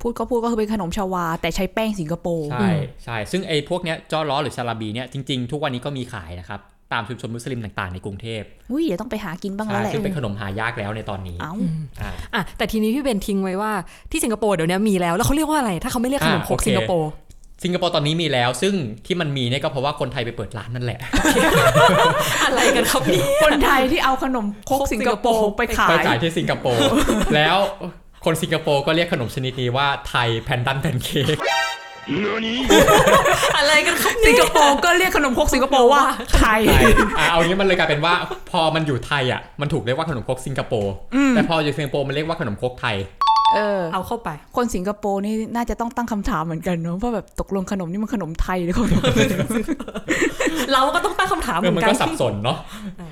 S4: พูดก็พูดก็คือเป็นขนมชาวา แต่ใช้แป้งสิงคโปร์
S7: ใช่ใช่ซึ่งไอ้พวกเนี้ยจ้อล้อหรือชาลาบีเนี่ยจริงๆ ทุกวันนี้ก็มีขายนะครับตามชุมชนมุสลิมต่างๆในกรุงเทพ
S4: อุ้ยเดี๋ยวต้องไปหากินบ้างแล้ว
S7: ใช่
S4: แหละ
S7: ซึ่งเป็นขนมหายากแล้วในตอนนี้
S4: เอ้า
S7: อ่า
S5: อ่ะแต่ทีนี้พี่เบนทิ้งไว้ว่าที่สิงคโปร์เดี๋ยวนี้มีแล้ว แล้วเขาเรียกว่าอะไร ถ้าเขาไม่เรียกขนม
S7: อ่ะ
S5: ครก
S7: โอเค
S5: สิงคโปร์
S7: สิงคโปร์ตอนนี้มีแล้ว ซึ่งที่มันมีเนี่ยก็เพราะว่าคนไทยไปเปิดร้านนั่นแหละ
S5: อะไรกันครับเนี่ย
S4: คนไทยที่เอาขนมครกสิงคโปร์ไปขาย
S7: ไปขายที่สิงคโปร์
S5: <laughs>
S7: แล้วคนสิงคโปร์ก็เรียกขนมชนิดนี้ว่าไทยแพนดันแพนเค้ก
S5: อะไรกันครับ
S4: สิ
S5: เนี่
S4: ง
S5: ย
S4: คโปร์ก็เรียกขนมครกสิงคโปร์ว่าไทย
S7: ใช่อ่ะเอางี้มันเลยกลายเป็นว่าพอมันอยู่ไทยอ่ะมันถูกเรียกว่าขนมครกสิงคโปร์แต่พออยู่สิงคโปร์มันเรียกว่าขนมครกไทย
S4: เออ
S5: เอาเข้าไป
S4: คนสิงคโปร์นี่น่าจะต้องตั้งคำถามเหมือนกันเนอะว่าแบบตกลงขนมนี่มันขนมไทยหรือขนมอะไร <laughs>
S5: เราก็ต้องตั้งคำถามเห
S7: เออ
S5: มื
S7: มั
S5: อน นกั
S7: ก็
S5: น
S7: สับสนเนาะ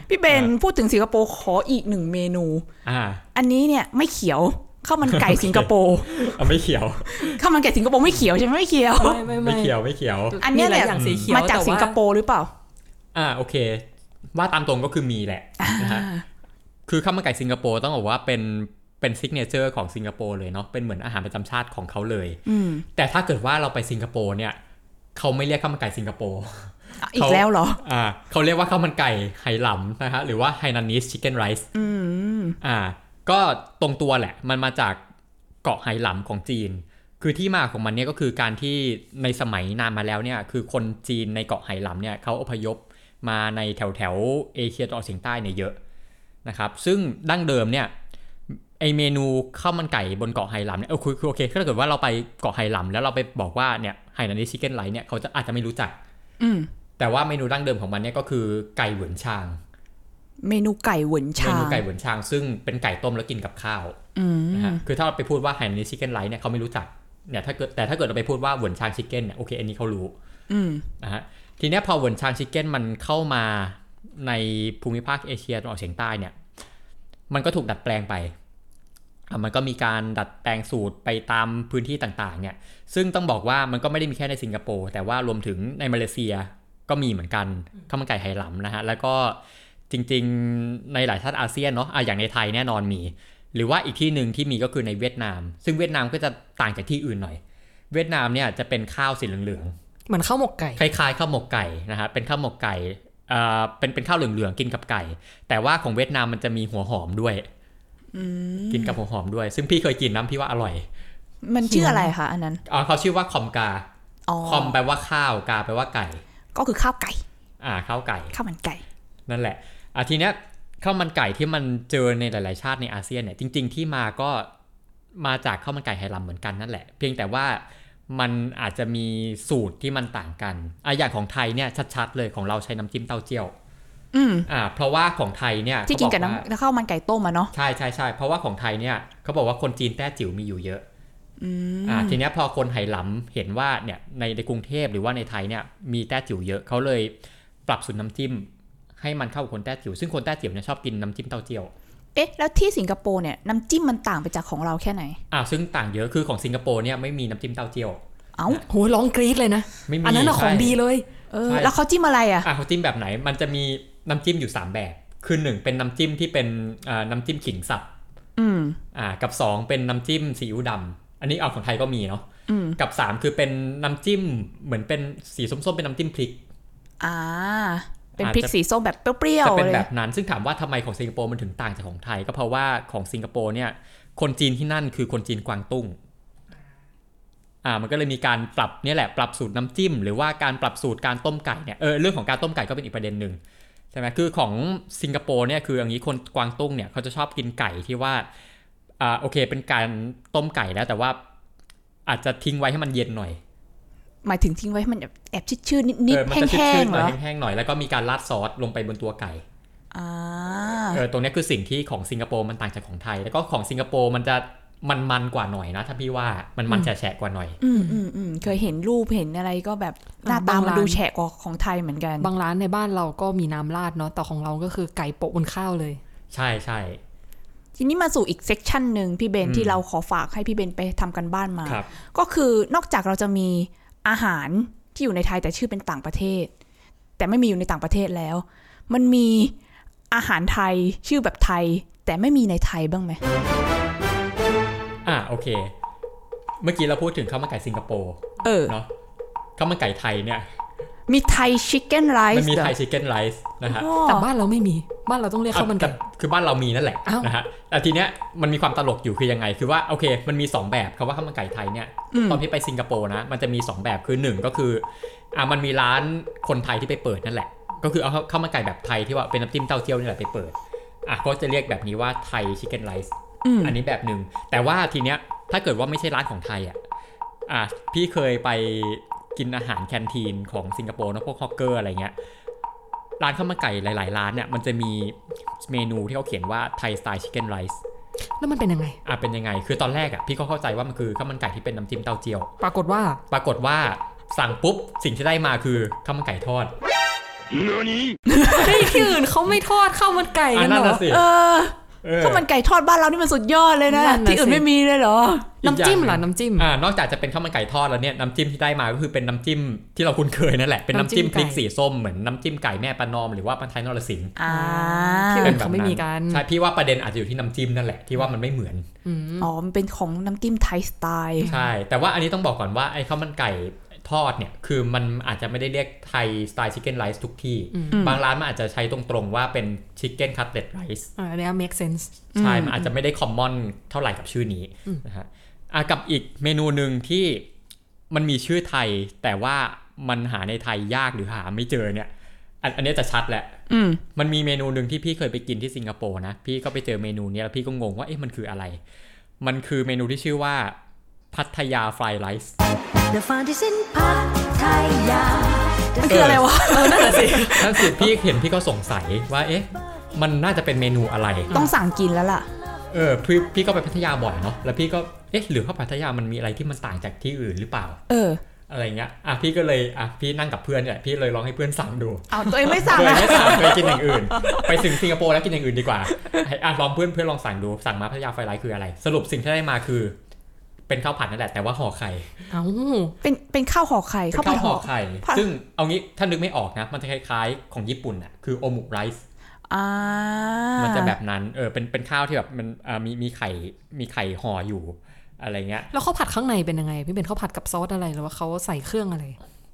S4: พี่เบนพูดถึงสิงคโปร์ขออีกหนึ่งเมนู
S7: อ่า
S4: อันนี้เนี่ยไม่เขียวข้าวมันไก่สิงคโปร์
S7: เอาไม่เขียว
S4: ข้าวมันไก่สิงคโปร์ไม่เขียวใช่ไหมไม่เขียว
S5: ไม่ไม่
S7: ไม่เขียวไม่เขียว
S4: อันเนี้ย
S5: มีหลา
S4: เนี่ย
S5: อย่างสีเขียว
S4: มาจาก
S5: แต่ว่
S4: สิงคโปร์หรือเปล่า
S7: อ่าโอเค ว่าตามตรงก็คือมีแหละนะฮะคือข้าวมันไก่สิงคโปร์ต้องบอกว่าเป็นเป็นซิกเนเจอร์ของสิงคโปร์เลยเนาะเป็นเหมือนอาหารประจำชาติของเขาเลย
S4: อืม
S7: แต่ถ้าเกิดว่าเราไปสิงคโปร์เนี่ยเขาไม่เรียกข้าวมันไก่สิงคโปร์
S4: อ่ะอีกแล้วเหรอ
S7: อ่าเขาเรียกว่าข้าวมันไก่ไหหลำนะฮะหรือว่าไฮนานิสชิคเก้นไรซ์
S4: อืม
S7: อ่า ก็ตรงตัวแหละ มันมาจากเกาะไหหลำของจีน คือที่มาของมันเนี่ยก็คือการที่ในสมัยนานมาแล้วเนี่ยคือคนจีนในเกาะไหหลำเนี่ยเขาอพยพมาในแถวแถวๆเอเชียตะวันออกเฉียงใต้เนี่ยเยอะนะครับ ซึ่งดั้งเดิมเนี่ยไอเมนูข้าวมันไก่บนเกาะไหหลำเนี่ยเออคือคือโอเคถ้าเกิดว่าเราไปเกาะไหหลำแล้วเราไปบอกว่าเนี่ยไฮนานิสชิคเก้นไรซ์เนี่ยเขาจะอาจจะไม่รู้จัก
S4: อืม
S7: แต่ว่าเมนูดั้งเดิมของมันเนี่ยก็คือไก่เหวินชาง
S4: เมนูไก่เหวิน
S7: เม
S4: ชา
S7: นูไก่เหวินชางซึ่งเป็นไก่ต้มแล้วกินกับข้าว
S4: อืม
S7: นะฮะคือถ้าเราไปพูดว่าไฮนีชิคเก้นไรเนี่ยเขาไม่รู้จักเนี่ยถ้าเกิดแต่ถ้าเกิดเราไปพูดว่าเหวินชางชิคเก้นเนี่ยโอเคอันนี้เขารู้
S4: อืม
S7: นะฮะทีเนี้ยพอเหวินชางชิคเก้นมันเข้ามาในภูมิภาคเอเชียตะวันออกเฉียงใต้เนี่ยมันก็ถูกดัดแปลงไปอ่ะมันก็มีการดัดแปลงสูตรไปตามพื้นที่ต่างๆเนี่ยซึ่งต้องบอกว่ามันก็ไม่ได้มีแค่ในสิงคโปร์แต่ว่ารวมถึงในมาเลเซีย ก็มีเหมือนกันข้าวมันไก่ไหหลำนะฮะ แล้วก็จริงๆในหลายชาติอาเซียนเนาะอ่ะอย่างในไทยแน่นอนมี หรือว่าอีกที่หนึ่งที่มีก็คือในเวียดนาม ซึ่งเวียดนามก็จะต่างจากที่อื่นหน่อย เวียดนามเนี่ยจะเป็นข้าวสีเหลือง
S5: เหมือนข้าวหมกไก่
S7: ๆคล้ายๆข้าวหมกไก่นะฮะเป็นข้าวหมกไก่เอ่อเป็นเป็นข้าวเหลืองๆกินกับไก่ แต่ว่าของเวียดนามมันจะมีหัวหอมด้วยกินกับหัวหอมด้วย ซึ่งพี่เคยกินน้ำพี่ว่าอร่อย
S4: มันชื่ออะไรคะอันนั้น
S7: อ๋อเขาชื่อว่าคอมกา
S4: อ๋อ
S7: คอมแปลว่าข้าวกาแปลว่าไก่
S4: ก็คือข้าวไก่
S7: อ่าข้าวไก่
S4: ข้าวมันไก่
S7: นั่นแหละอ่ะทีเนี้ยข้าวมันไก่ที่มันเจอในหลาย ๆ ชาติในอาเซียนเนี่ย จริง ๆ ที่มาก็มาจากข้าวมันไก่ไหหลำเหมือนกันนั่นแหละ เพียงแต่ว่ามันอาจจะมีสูตรที่มันต่างกันอ่ะอย่างของไทยเนี่ยชัด ๆ เลยของเราใช้น้ำจิ้มเต้าเจี้ยว
S4: อืม
S7: อ่ะเพราะว่าของไทยเนี่ย
S4: ที่กินกับ
S7: เขาบอกว่า
S4: น้ำข้าวมันไก่ต้มอะเนาะ
S7: ใช่ใช่ใช่เพราะว่าของไทยเนี่ยเขาบอกว่าคนจีนแต้จิ๋วมีอยู่เยอะอ่ะทีเนี้ยพอคนไหหลำเห็นว่าเนี่ยในในกรุงเทพหรือว่าในไทยเนี่ยมีแต้จิ๋วเยอะเขาเลยปรับสูตรน้ำจิ้ม ให้มันเข้ากับคนแต้จิ๋วซึ่งคนแต้จิ๋วเนี่ยชอบกินน้ำจิ้มเต้าเจี้ยว
S4: เอ๊ะ แล้วที่สิงคโปร์เนี่ยน้ำจิ้มมันต่างไปจากของเราแค่ไหน
S7: อ่าซึ่งต่างเยอะคือของสิงคโปร์เนี่ยไม่มีน้ำจิ้มเต้าเจี้ยว
S4: เอ้า
S5: โหร้องกรี๊ดเลยนะ
S7: ไม่มี
S5: อันนั้นนะ
S7: ใช่
S5: ของดีเลย
S4: เออ
S7: ใช่
S4: แล้วเขาจิ้มอะไรอะ
S7: อ่าเขาจิ้มแบบไหนมันจะมีน้ำจิ้มอยู่ 3 แบบ คือหนึ่งเป็นน้ำจิ้มที่เป็นอ่าน้ำจิ้มขิงสับ
S4: อืม
S7: อ่ากับ 2 เป็นน้ำจิ้มซีอิ๊วดำอันนี้เอาของไทยก็มีเนาะ
S4: อืม
S7: กับ 3 คือเป็นน้ำจิ้มเหมือนเป็นสีส้มๆเป็นน้ำจิ้มพริก
S4: อ่า เป็น
S7: อาจ
S4: พริก
S7: จะ
S4: สีส้มแบบเปรี้ยว
S7: จะ
S4: ๆ
S7: เป็น
S4: เลย
S7: แบบนั้นซึ่งถามว่าทำไมของสิงคโปร์มันถึงต่างจากของไทย ก็เพราะว่าของสิงคโปร์เนี่ย คนจีนที่นั่นคือคนจีนกวางตุ้ง อ่า มันก็เลยมีการปรับเนี่ยแหละปรับสูตรน้ำจิ้ม หรือว่าการปรับสูตรการต้มไก่เนี่ยเออเรื่องของการต้มไก่ก็เป็นอีกประเด็นหนึ่งใช่ไหมคือของสิงคโปร์เนี่ยคืออย่างนี้คนกวางตุ้งเนี่ยเขาจะชอบกินไก่ที่ว่าอ่าโอเค เป็นการต้มไก่แล้วแต่ว่าอาจจะทิ้งไว้ให้มันเย็นหน่อย
S4: หมายถึงทิ้งไว้ให้มันแบบแอบชืดๆนิด
S7: เออ
S4: ๆ
S7: มัจะ
S4: แห้
S7: ชื้
S4: ง
S7: นๆห
S4: ๆเห
S7: น่
S4: ร
S7: อย
S4: อ
S7: แห้งๆหน่อยแล้วก็มีการราดซอสลงไปบนตัวไก่
S4: อ่า
S7: เออตรงเนี้ยคือสิ่งที่ของสิงคโปร์มันต่างจากของไทย แล้วก็ของสิงคโปร์มันจะมันมันกว่าหน่อยนะ ถ้าพี่ว่ามันมันแฉะๆกว่าหน่อย
S4: อืมอืมอืมเคยเห็นรูปเห็นอะไรก็แบบหน้าตา
S5: บาง
S4: มัน
S5: ร้าน
S4: ดูแฉะกว่าของไทยเหมือนกัน
S5: บางร้านในบ้านเราก็มีน้ำราดเนาะแต่ของเราก็คือไก่โปะบนข้าวเลย
S7: ใช่ใช่
S4: ทีนี้มาสู่อีกเซกชันหนึ่งพี่เบน
S7: อืม
S4: ที่เราขอฝากให้พี่เบนไปทำกันบ้านมา
S7: ครับ
S4: ก็คือนอกจากเราจะมีอาหารที่อยู่ในไทยแต่ชื่อเป็นต่างประเทศ แต่ไม่มีอยู่ในต่างประเทศแล้ว มันมีอาหารไทยชื่อแบบไทย แต่ไม่มีในไทยบ้างไหม
S7: อ่ะโอเค เมื่อกี้เราพูดถึงข้าวมันไก่สิงคโปร์
S4: เออ
S7: เนาะข้าวมันไก่ไทยเนี่ย
S4: มีไทยชิคเก้นไร
S7: มั
S4: ซ์
S7: มีไทยชิคเก้นไรซ์นะฮะ
S5: แต่บ้านเราไม่มี บ้านเราต้องเรียกข้าวมันไก่
S7: แต่คือบ้านเรามีนั่นแหละ
S5: อ้าว
S7: นะฮะแต่ทีเนี้ยมันมีความตลกอยู่คือยังไง คือว่าโอเค มันมีสองแบบคำว่าข้าวมันไก่ไทยเนี่ยตอนพี่ไปสิงคโปร์นะมันจะมีสองแบบคือหนึ่งก็คืออ่ะมันมีร้านคนไทยที่ไปเปิดนั่นแหละ ก็คือเอาข้าวมันไก่แบบไทยที่ว่าเป็นน้ำจิ้มเต้าเจี้ยวนี่แหละไปเปิดอ่ะก็จะเรียกแบบนี้ว่าไทยชิคเก้นไรซ์อันนี้แบบหนึ่งแต่ว่าทีเนี้ยถ้าเกิดว่าไม่ใช่ร้านของไทยอ่ะอ่ะพี่เคยไปกินอาหารแคนทีนของสิงคโปร์เนอะพวกฮอกเกอร์อะไรเงี้ย ร้านข้าวมันไก่หลาย ๆ ร้านเนี่ยมันจะมีเมนูที่เขาเขียนว่าไทยสไตล์ชิคเก้นไรซ์
S5: แล้วมันเป็นยังไง
S7: อ่ะเป็นยังไง คือตอนแรกอ่ะพี่ก็เข้าใจว่ามันคือข้าวมันไก่ที่เป็นน้ำจิ้มเต้าเจี้ยว
S5: ปรากฏว่า
S7: ปรากฏว่าสั่งปุ๊บสิ่งที่ได้มาคือข้าวมันไก่ทอด
S5: เฮ้ยที่อื่นเขาไม่ทอดข้าวมันไก่
S7: อั
S5: กัน น
S7: นั่น
S5: เหรอ
S7: น่ะสิ
S4: เออ
S7: เออ
S4: ข้าวมันไก่ทอดบ้านเรานี่มันสุดยอดเลยนะ
S5: นั่นน่ะ
S4: ที่อื่น
S5: สิ
S4: ไม่มีเลยเหรอ
S5: น้ำจิ้มเหรอ
S7: อีกอย่างหนึ่ง
S5: น้ำจิ้ม
S7: อ่านอกจากจะเป็นข้าวมันไก่ทอดแล้วเนี่ยน้ำจิ้มที่ได้มาก็คือเป็นน้ำจิ้มที่เราคุ้นเคยนั่นแหละเป็นน้ำจิ้ม
S5: น้ำจิ้ม
S7: พริก
S5: ไก่
S7: สีส้มเหมือนน้ำจิ้มไก่แม่ประนอมหรือว่าปันไทยนรสิงห์
S4: อ่า
S5: ที่อื่นเขา
S7: แบบ
S5: ไม่
S7: นั้
S5: มีกัน
S7: ใช่พี่ว่าประเด็นอาจจะอยู่ที่น้ำจิ้มนั่นแหละที่ว่ามันไม่เหมือน
S5: อืม
S4: อ๋อมันเป็นของน้ำจิ้มไทยสไตล์
S7: ใช่ แต่ว่าอันนี้ต้องบอกก่อนว่าไอ้ข้าวมันไก่ทอดเนี่ย คือมันอาจจะไม่ได้เรียกไทยสไตล์ชิคเก้นไรซ์ทุกที่ บางร้านมันอาจจะใช้ตรงๆว่าเป็นชิคเก้นคัตเลตไรซ์
S5: อ่าอันเนี้ย make sense
S7: ใช่ มันอาจจะไม่ได้คอมมอนเท่าไหร่กับชื่อนี้นะฮะอ่ะกับอีกเมนูหนึ่งที่มันมีชื่อไทย แต่ว่ามันหาในไทยยากหรือหาไม่เจอเนี่ย อันอันเนี้ยจะชัดแหละ
S4: อืม
S7: มันมีเมนูหนึ่งที่พี่เคยไปกินที่สิงคโปร์นะ พี่ก็ไปเจอเมนูเนี้ยแล้วพี่ก็งงว่าเอ๊ะมันคืออะไร มันคือเมนูที่ชื่อว่าพัทยาฟรายไรซ์
S2: The Foundation Pattaya
S4: มันคืออะไรวะ
S7: นั่นสิพี่เห็นพี่ก็สงสัยว่าเอ๊ะมันน่าจะเป็นเมนูอะไร
S4: ต้องสั่งกินแล้วล่ะ
S7: เออพี่พี่ก็ไปพัทยาบ่อยเนาะแล้วพี่ก็เอ๊ะหรือว่าพัทยามันมีอะไรที่มันต่างจากที่อื่นหรือเปล่า
S4: เออ
S7: อะไรเงี้ยอ่ะพี่ก็เลยอ่ะพี่นั่งกับเพื่อนเนี่ยพี่เลยลองให้เพื่อนสั่งดู
S4: เอาตัวเองไม่สั่ง
S7: เพื่อน
S4: นะ
S7: ไม่สั่งไปกินอย่างอื่น ไปถึงสิงคโปร์แล้วกินอย่างอื่นดีกว่าให้อ่ะลองเพื่อนเพื่อนลองสั่งดูสั่งมาพัทยาไฟไลท์คืออะไร สรุปสิ่งที่ได้มาคือ เป็นข้าวผัดนั่นแหละแต่ว่าห่อไข่
S5: เอ้า
S4: เป็นเป็นข้าวห่อไข่
S7: เป็น
S4: ข้าว
S7: ข้าว
S4: ผัดห่
S7: ห่
S4: อ
S7: อไข่
S4: ผัด
S7: ซึ่งเอางี้ถ้านึกไม่ออกนะ มันจะคล้ายๆของญี่ปุ่นอ่ะ คือโอมุไรซ์
S4: อ่ามั
S7: มันจะแบบนั้น เออ เป็น เป็นข้าวที่แบบมันอ่ามี มีไข่ มีไข่ห่ออยู่ อะไรเงี้ย
S5: แล้วข้าวผัดข้างในเป็นยังไง พี่เบนข้าวผัดกับซอสอะไรหรือว่าเขาใส่เครื่องอะไร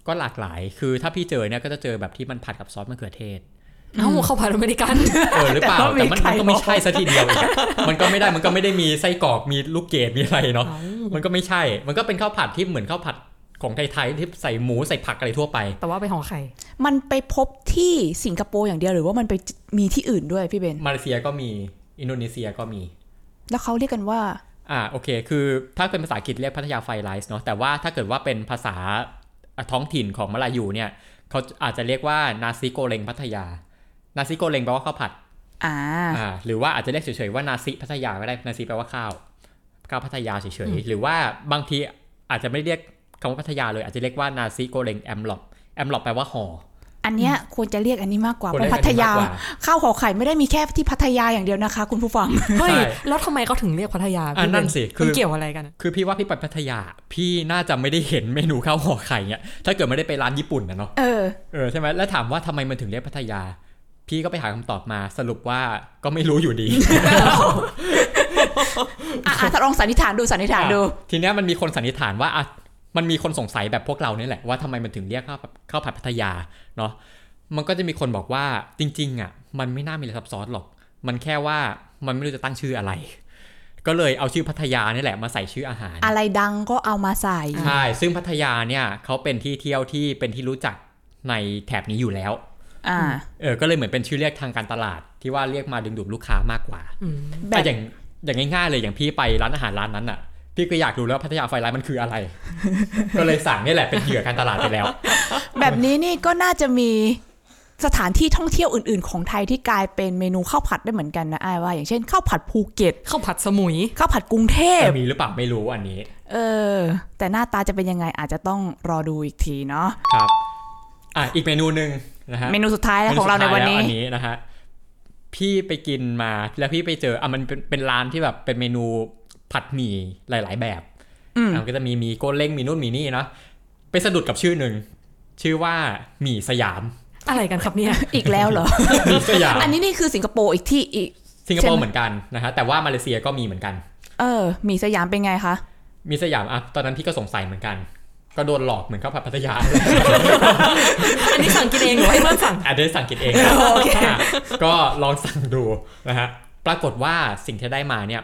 S7: ก็หลากหลาย คือถ้าพี่เจอเนี่ยก็จะเจอแบบที่มันผัดกับซอสมะเขือเทศ
S5: เอ้าข้าวผัดอเมริกัน <laughs>
S7: เออ หรือเปล่า แต่มันมันก็ไม่ใช่ซะทีเดียวอีกอะ <laughs> มันก็ไม่ได้ มันก็ไม่ได้มีไส้กรอก มีลูกเกดมีอะไรเนาะ
S5: อ๋อ
S7: มันก็ไม่ใช่ มันก็เป็นข้าวผัดที่เหมือนข้าวผัดของไทยๆที่ใส่หมูใส่ผักอะไรทั่วไป
S5: แต่ว่าไปห่อไข่
S4: มันไปพบที่สิงคโปร์อย่างเดียวหรือว่ามันไปมีที่อื่นด้วยพี่เบน
S7: มาเลเซียก็มี อินโดนีเซียก็มี
S4: แล้วเขาเรียกกันว่า
S7: อ่าโอเค คือถ้าเป็นภาษาอังกฤษเรียกพัทยาไฟไลท์เนาะแต่ว่าถ้าเกิดว่าเป็นภาษาอ่ะท้องถิ่นของมาลายูเนี่ยเขาอาจจะเรียกว่านาซิโกเลงพัทยา นาซิโกเลงแปลว่าข้าวผัด
S4: อ่า
S7: อ่าหรือว่าอาจจะเรียกเฉยๆว่านาซิพัทยาก็ได้นาซิแปลว่าข้าวข้าวพัทยาเฉยๆหรือว่าบางทีอาจจะไม่เรียกคำว่าพัทยาเลยอาจจะเรียกว่านาซิโกเลงแอมลอปแอมลอปแปลว่าห่อ
S4: อันเนี้ยควรจะเรียกอันนี้มากกว่า
S7: ควร
S4: เพ
S7: เรียก
S4: ราะ
S7: อัน
S4: พัทยาม
S7: นี้ากกว่า
S4: ข้าวห่อไข่ไม่ได้มีแค่ที่พัทยาอย่างเดียวนะคะ คุณผู้ฟัง
S5: เฮ้ย
S7: ใช่
S5: แล้วทำไมเขาถึงเรียกพัทยา
S7: อ่ะ
S5: พี่เบ
S7: นั่นสิคือ
S5: มันเกี่ยวอะไรกันอะ
S7: คือพี่ว่าพี่ไปพัทยา พี่น่าจะไม่ได้เห็นเมนูข้าวห่อไข่เนี่ยถ้าเกิดไม่ได้ไปร้านญี่ปุ่นนะเนาะ
S4: เออ
S7: เออใช่ไหมแล้วถามว่าทำไมมันถึงเรียกพัทยา พี่ก็ไปหาคำตอบมาสรุปว่าก็ไม่รู้อยู่ดี
S4: อ่ะอ่ะถ้าลองสันนิษฐานดูสันนิษฐานดู
S7: ทีเนี้ยมันมีคนสันนิษฐานว่าอ่ะมันมีคนสงสัยแบบพวกเราเนี่ยแหละว่าทำไมมันถึงเรียกข้าวผัดข้าวผัดพัทยาเนาะมันก็จะมีคนบอกว่าจริง ๆ อ่ะ มันไม่น่ามีอะไรซับซ้อนหรอก มันแค่ว่ามันไม่รู้จะตั้งชื่ออะไร ก็เลยเอาชื่อพัทยาเนี่ยแหละมาใส่ชื่ออาหาร
S4: อะไรดังก็เอามาใส่
S7: ใช่ซึ่งพัทยาเนี่ยเขาเป็นที่เที่ยวที่เป็นที่รู้จักในแถบนี้อยู่แล้ว
S4: อ่า
S7: เออ ก็เลยเหมือนเป็นชื่อเรียกทางการตลาด ที่ว่าเรียกมาดึงดูดลูกค้ามากกว่า
S4: แบบ
S7: แต่อย่างอย่างง่ายๆเลยอย่างพี่ไปร้านอาหารร้านนั้นอ่ะ พี่ก็อยากรู้แล้ววาพัทยาไฟไลท์มันคือ <laughs> อะไร ก็เลยสั่งนี่แหละเป็นเหยื่อการตลาดไปแล้ว
S4: แบบนี้นี่ก็น่าจะมีสถานที่ท่องเที่ยวอื่น ๆ ของไทยที่กลายเป็นเมนูข้าวผัดได้เหมือนกันนะไอ้ายว่า อย่างเช่นข้าวผัดภูเก็ต
S5: ข้าวผัดสมุย
S4: ข้าวผัดกรุงเทพ
S7: แต่มีหรือเปล่าไม่รู้อันนี้
S4: เออ แต่หน้าตาจะเป็นยังไงอาจจะต้องรอดูอีกทีเนาะ
S7: ครับ อ่ะอีกเมนูหนึ่งนะฮะ
S4: เมนูสุดท้ายแล้วของเราในวันนี้
S7: เมสุดท้ายแล้อันนี้นะฮะพี่ไปกินมาแล้วพี่ไปเจออ่ะมันเป็นเป็นร้านที่แบบเป็นเมนูผัดหมี่หลาย ๆ แบบ
S4: อืม
S7: อ่ะมันก็จะมีหมีโก้เล้งมีนู่นมีนี่เนาะไปสะดุดกับชื่อหนึ่งชื่อว่าหมี่ส
S4: <laughs>
S7: ยาม
S5: อะไรกันครับเนี่ย
S4: อีกแล้วเหรอ
S7: มีสยาม
S4: อันนี้นี่คือสิงคโปร์อีกที่อีก
S7: สิงคโป
S4: ใช่ไหม
S7: ร์เหมือนกันนะฮะแต่ว่ามาเลเซียก็มีเหมือนกัน
S4: เออหมีสยามเป็นไงคะ
S7: มีสยามอ่ะตอนนั้นพี่ก็สงสัยเหมือนกัน ก็โดนหลอกเหมือนข้าวผัดพัทยา
S5: อันนี้สั่งกินเองหรือว่าให้เพื่อนสั่ง
S7: อาจจะสั่งกินเองนะ
S4: โอเค
S7: อ่ะก็ลองสั่งดูนะฮะปรากฏว่าสิ่งที่ได้มาเนี่ย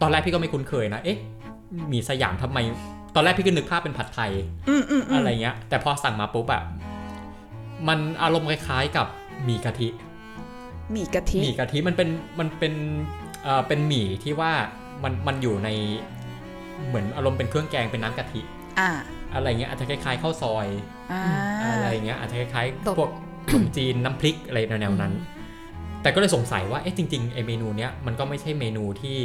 S7: ตอนแรกพี่ก็ไม่คุ้นเคยนะ เอ๊ะหมีสยามทำไม ตอนแรกพี่ก็นึกภาพเป็นผัดไทย
S4: อืมอืมอืม
S7: อะไรเงี้ย แต่พอสั่งมาปุ๊บอะมันอารมณ์คล้ายๆกับหมี่กะทิ
S4: หมีกะทิ
S7: หมี่กะทิมันเป็นมันเป็นเอ่อเป็นหมี่ที่ว่ามันมันอยู่ในเหมือนอารมณ์เป็นเครื่องแกงเป็นน้ำกะทิ
S4: อ่า
S7: อะไรเงี้ยอาจจะคล้ายๆข้าวซอย
S4: อ่า
S7: อะไรเงี้ยอาจจะคล้าย
S5: ตบ <coughs>
S7: ๆพวกขนมจีนน้ำพริกอะไรแนวๆนั้น แต่ก็เลยสงสัยว่าเอ๊ะจริงๆไอเมนูเนี้ยมันก็ไม่ใช่เมนูที่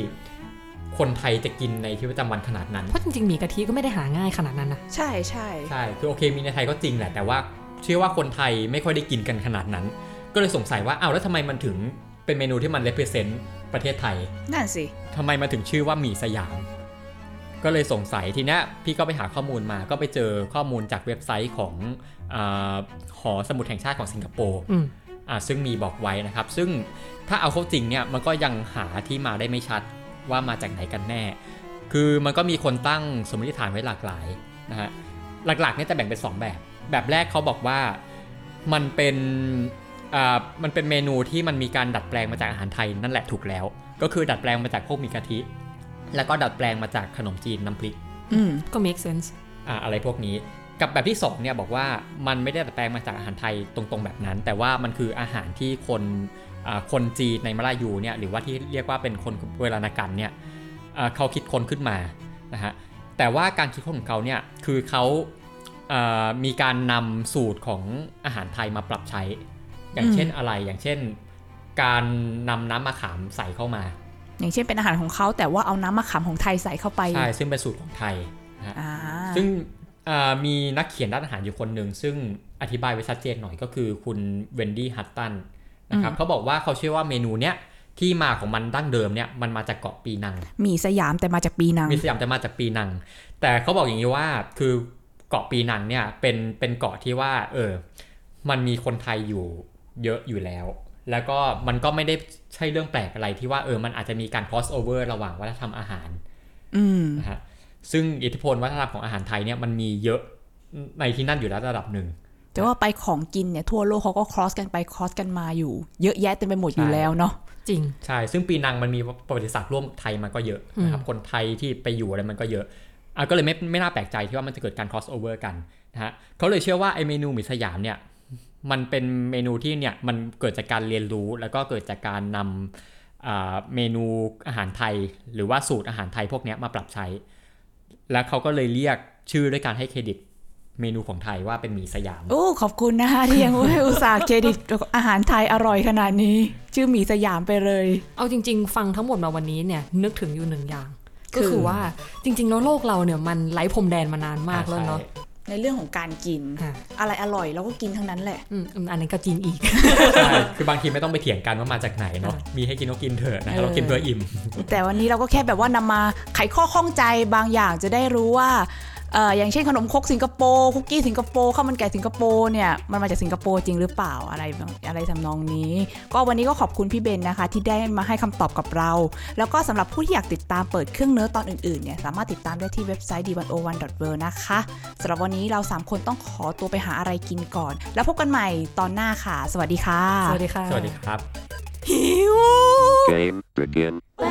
S7: คนไทยจะกินในชีวิตประจำวันขนาดนั้น
S5: เพราะจริงๆหมี่กะทิก็ไม่ได้หาง่ายขนาดนั้นนะ
S4: ใช่ใช่
S7: ใช่ คือโอเคมีในไทยก็จริงแหละ แต่ว่าเชื่อว่าคนไทยไม่ค่อยได้กินกันขนาดนั้น ก็เลยสงสัยว่าอ้าวแล้วทำไมมันถึงเป็นเมนูที่มัน represent ประเทศไทย
S4: นั่นสิ
S7: ทำไมมันถึงชื่อว่าหมี่สยาม ก็เลยสงสัยทีเนี้ยพี่ก็ไปหาข้อมูลมาก็ไปเจอข้อมูลจากเว็บไซต์ของอาหอสมุดแห่งชาติของสิงคโปร์
S5: อืม
S7: อ่าซึ่งมีบอกไว้นะครับ ซึ่งถ้าเอาเข้าจริงเนี่ยมันก็ยังหาที่มาได้ไม่ชัดว่ามาจากไหนกันแน่ คือมันก็มีคนตั้งสมมติฐานไว้หลากหลายนะฮะหลักๆเนี่ยจะแบ่งเป็นสองแบบ แบบแรกเขาบอกว่ามันเป็นอ่ามันเป็นเมนูที่มันมีการดัดแปลงมาจากอาหารไทยนั่นแหละถูกแล้ว ก็คือดัดแปลงมาจากพวกหมีกะทิ แล้วก็ดัดแปลงมาจากขนมจีนน้ำพริก
S4: อืม
S5: ก็ make sense
S7: อ่าอะไรพวกนี้ กับแบบที่สองเนี่ยบอกว่ามันไม่ได้ดัดแปลงมาจากอาหารไทยตรงๆแบบนั้น แต่ว่ามันคืออาหารที่คนอ่าคนจีนในมาลายูเนี่ยหรือว่าที่เรียกว่าเป็นคนเวลานกันเนี่ยอ่าเขาคิดค้นขึ้นมานะฮะแต่ว่าการคิดค้นของเขาเนี่ยคือเขาอ่ามีการนำสูตรของอาหารไทยมาปรับใช้ อย่างเช่นอะไรอย่างเช่น การนำน้ำมะขามใส่เข้ามา
S4: อย่างเช่นเป็นอาหารของเขาแต่ว่าเอาน้ำมะขามของไทยใส่เข้าไป
S7: ใช่ ซึ่งเป็นสูตรของไทยนะฮะ
S4: อ่า
S7: ซึ่งเอ่อมีนักเขียนด้านอาหารอยู่คนหนึ่ง ซึ่งอธิบายไว้ชัดเจนหน่อยก็คือคุณเวนดี้ฮัตตันนะครับเขาบอกว่าเขาเชื่อว่าเมนูเนี้ยที่มาของมันดั้งเดิมเนี่ยมันมาจากเกาะปีนัง
S4: หมี่สยามแต่มาจากปีนัง
S7: มีสยามแต่มาจากปีนัง แต่เขาบอกอย่างนี้ว่าคือเกาะปีนังเนี่ยเป็นเป็นเกาะที่ว่า เออ มันมีคนไทยอยู่เยอะอยู่แล้ว แล้วก็มันก็ไม่ได้ใช่เรื่องแปลกอะไรที่ว่าเออมันอาจจะมีการ cross over ระหว่างวัฒนธรรมอาหาร
S4: อืม
S7: นะฮะซึ่งอิทธิพลวัฒนธรรมของอาหารไทยเนี่ยมันมีเยอะในที่นั่นอยู่แล้วระดับหนึ่ง
S4: แต่ว่าไปของกินเนี่ยทั่วโลกเขาก็ครอสกันไปครอสกันมาอยู่ เยอะแยะเต็มไปหมดอยู่
S7: ใช่
S4: แล้วเนาะ
S5: จริง
S7: ใช่ ซึ่งปีนังมันมีประวัติศาสตร์ร่วมกับไทยมาก็เยอะนะครับ คนไทยที่ไปอยู่อะไรมันก็เยอะอ่ะก็เลยไม่ไม่น่าแปลกใจที่ว่ามันจะเกิดการ cross over กันนะฮะเขาเลยเชื่อว่าไอเมนูหมิสยามเนี่ยมันเป็นเมนูที่เนี่ยมันเกิดจากการเรียนรู้แล้วก็เกิดจากการนำอ่าเมนูอาหารไทย หรือว่าสูตรอาหารไทยพวกเนี้ยมาปรับใช้ แล้วเขาก็เลยเรียกชื่อด้วยการให้เครดิตเมนูของไทยว่าเป็นหมีสยาม
S4: โอ้ขอบคุณนะคะที่ยัง อุตส่าห์เครดิต <laughs> อาหารไทยอร่อยขนาดนี้ ชื่อหมี่สยามไปเลย
S5: เอาจริง ๆ ฟังทั้งหมดมาวันนี้เนี่ยนึกถึงอยู่หนึ่งอย่าง
S4: คือ
S5: ก็คือว่าจริง ๆ แล้วโลกเราเนี่ยมันไร้พรมแดนมานานมากแล้วเนาะ
S4: ในเรื่องของการกิน
S5: อ่ะ
S4: อะไรอร่อยเราก็กินทั้งนั้นแหละ
S5: อืมอืมอันนั้นก็จริงอีก
S7: ใช่คือบางทีไม่ต้องไปเถียงกันว่ามาจากไหนเนาะ มีให้กินก็กินเถอะนะฮะเรากินเพื่ออิ่ม
S4: แต่วันนี้เราก็แค่แบบว่านำมาไขข้อข้องใจบางอย่างจะได้รู้ว่าเอ่ออย่างเช่นขนมครกสิงคโปร์คุกกี้สิงคโปร์ข้าวมันไก่สิงคโปร์เนี่ยมันมาจากสิงคโปร์จริงหรือเปล่าอะไรอะไรทำนองนี้ ก็วันนี้ก็ขอบคุณพี่เบนนะคะ ที่ได้มาให้คำตอบกับเรา แล้วก็สำหรับผู้ที่อยากติดตามเปิดเครื่องเนื้อตอนอื่นๆเนี่ยสามารถติดตามได้ที่เว็บไซต์ d 1 0 1 w นะคะสำหรับวันนี้เราสามคนต้องขอตัวไปหาอะไรกินก่อน แล้วพบกันใหม่ตอนหน้าค่ะ สวัสดีค่ะ
S5: สวัสดีค่ะ
S7: สวัสดีครับ
S8: Game begin.
S2: ไป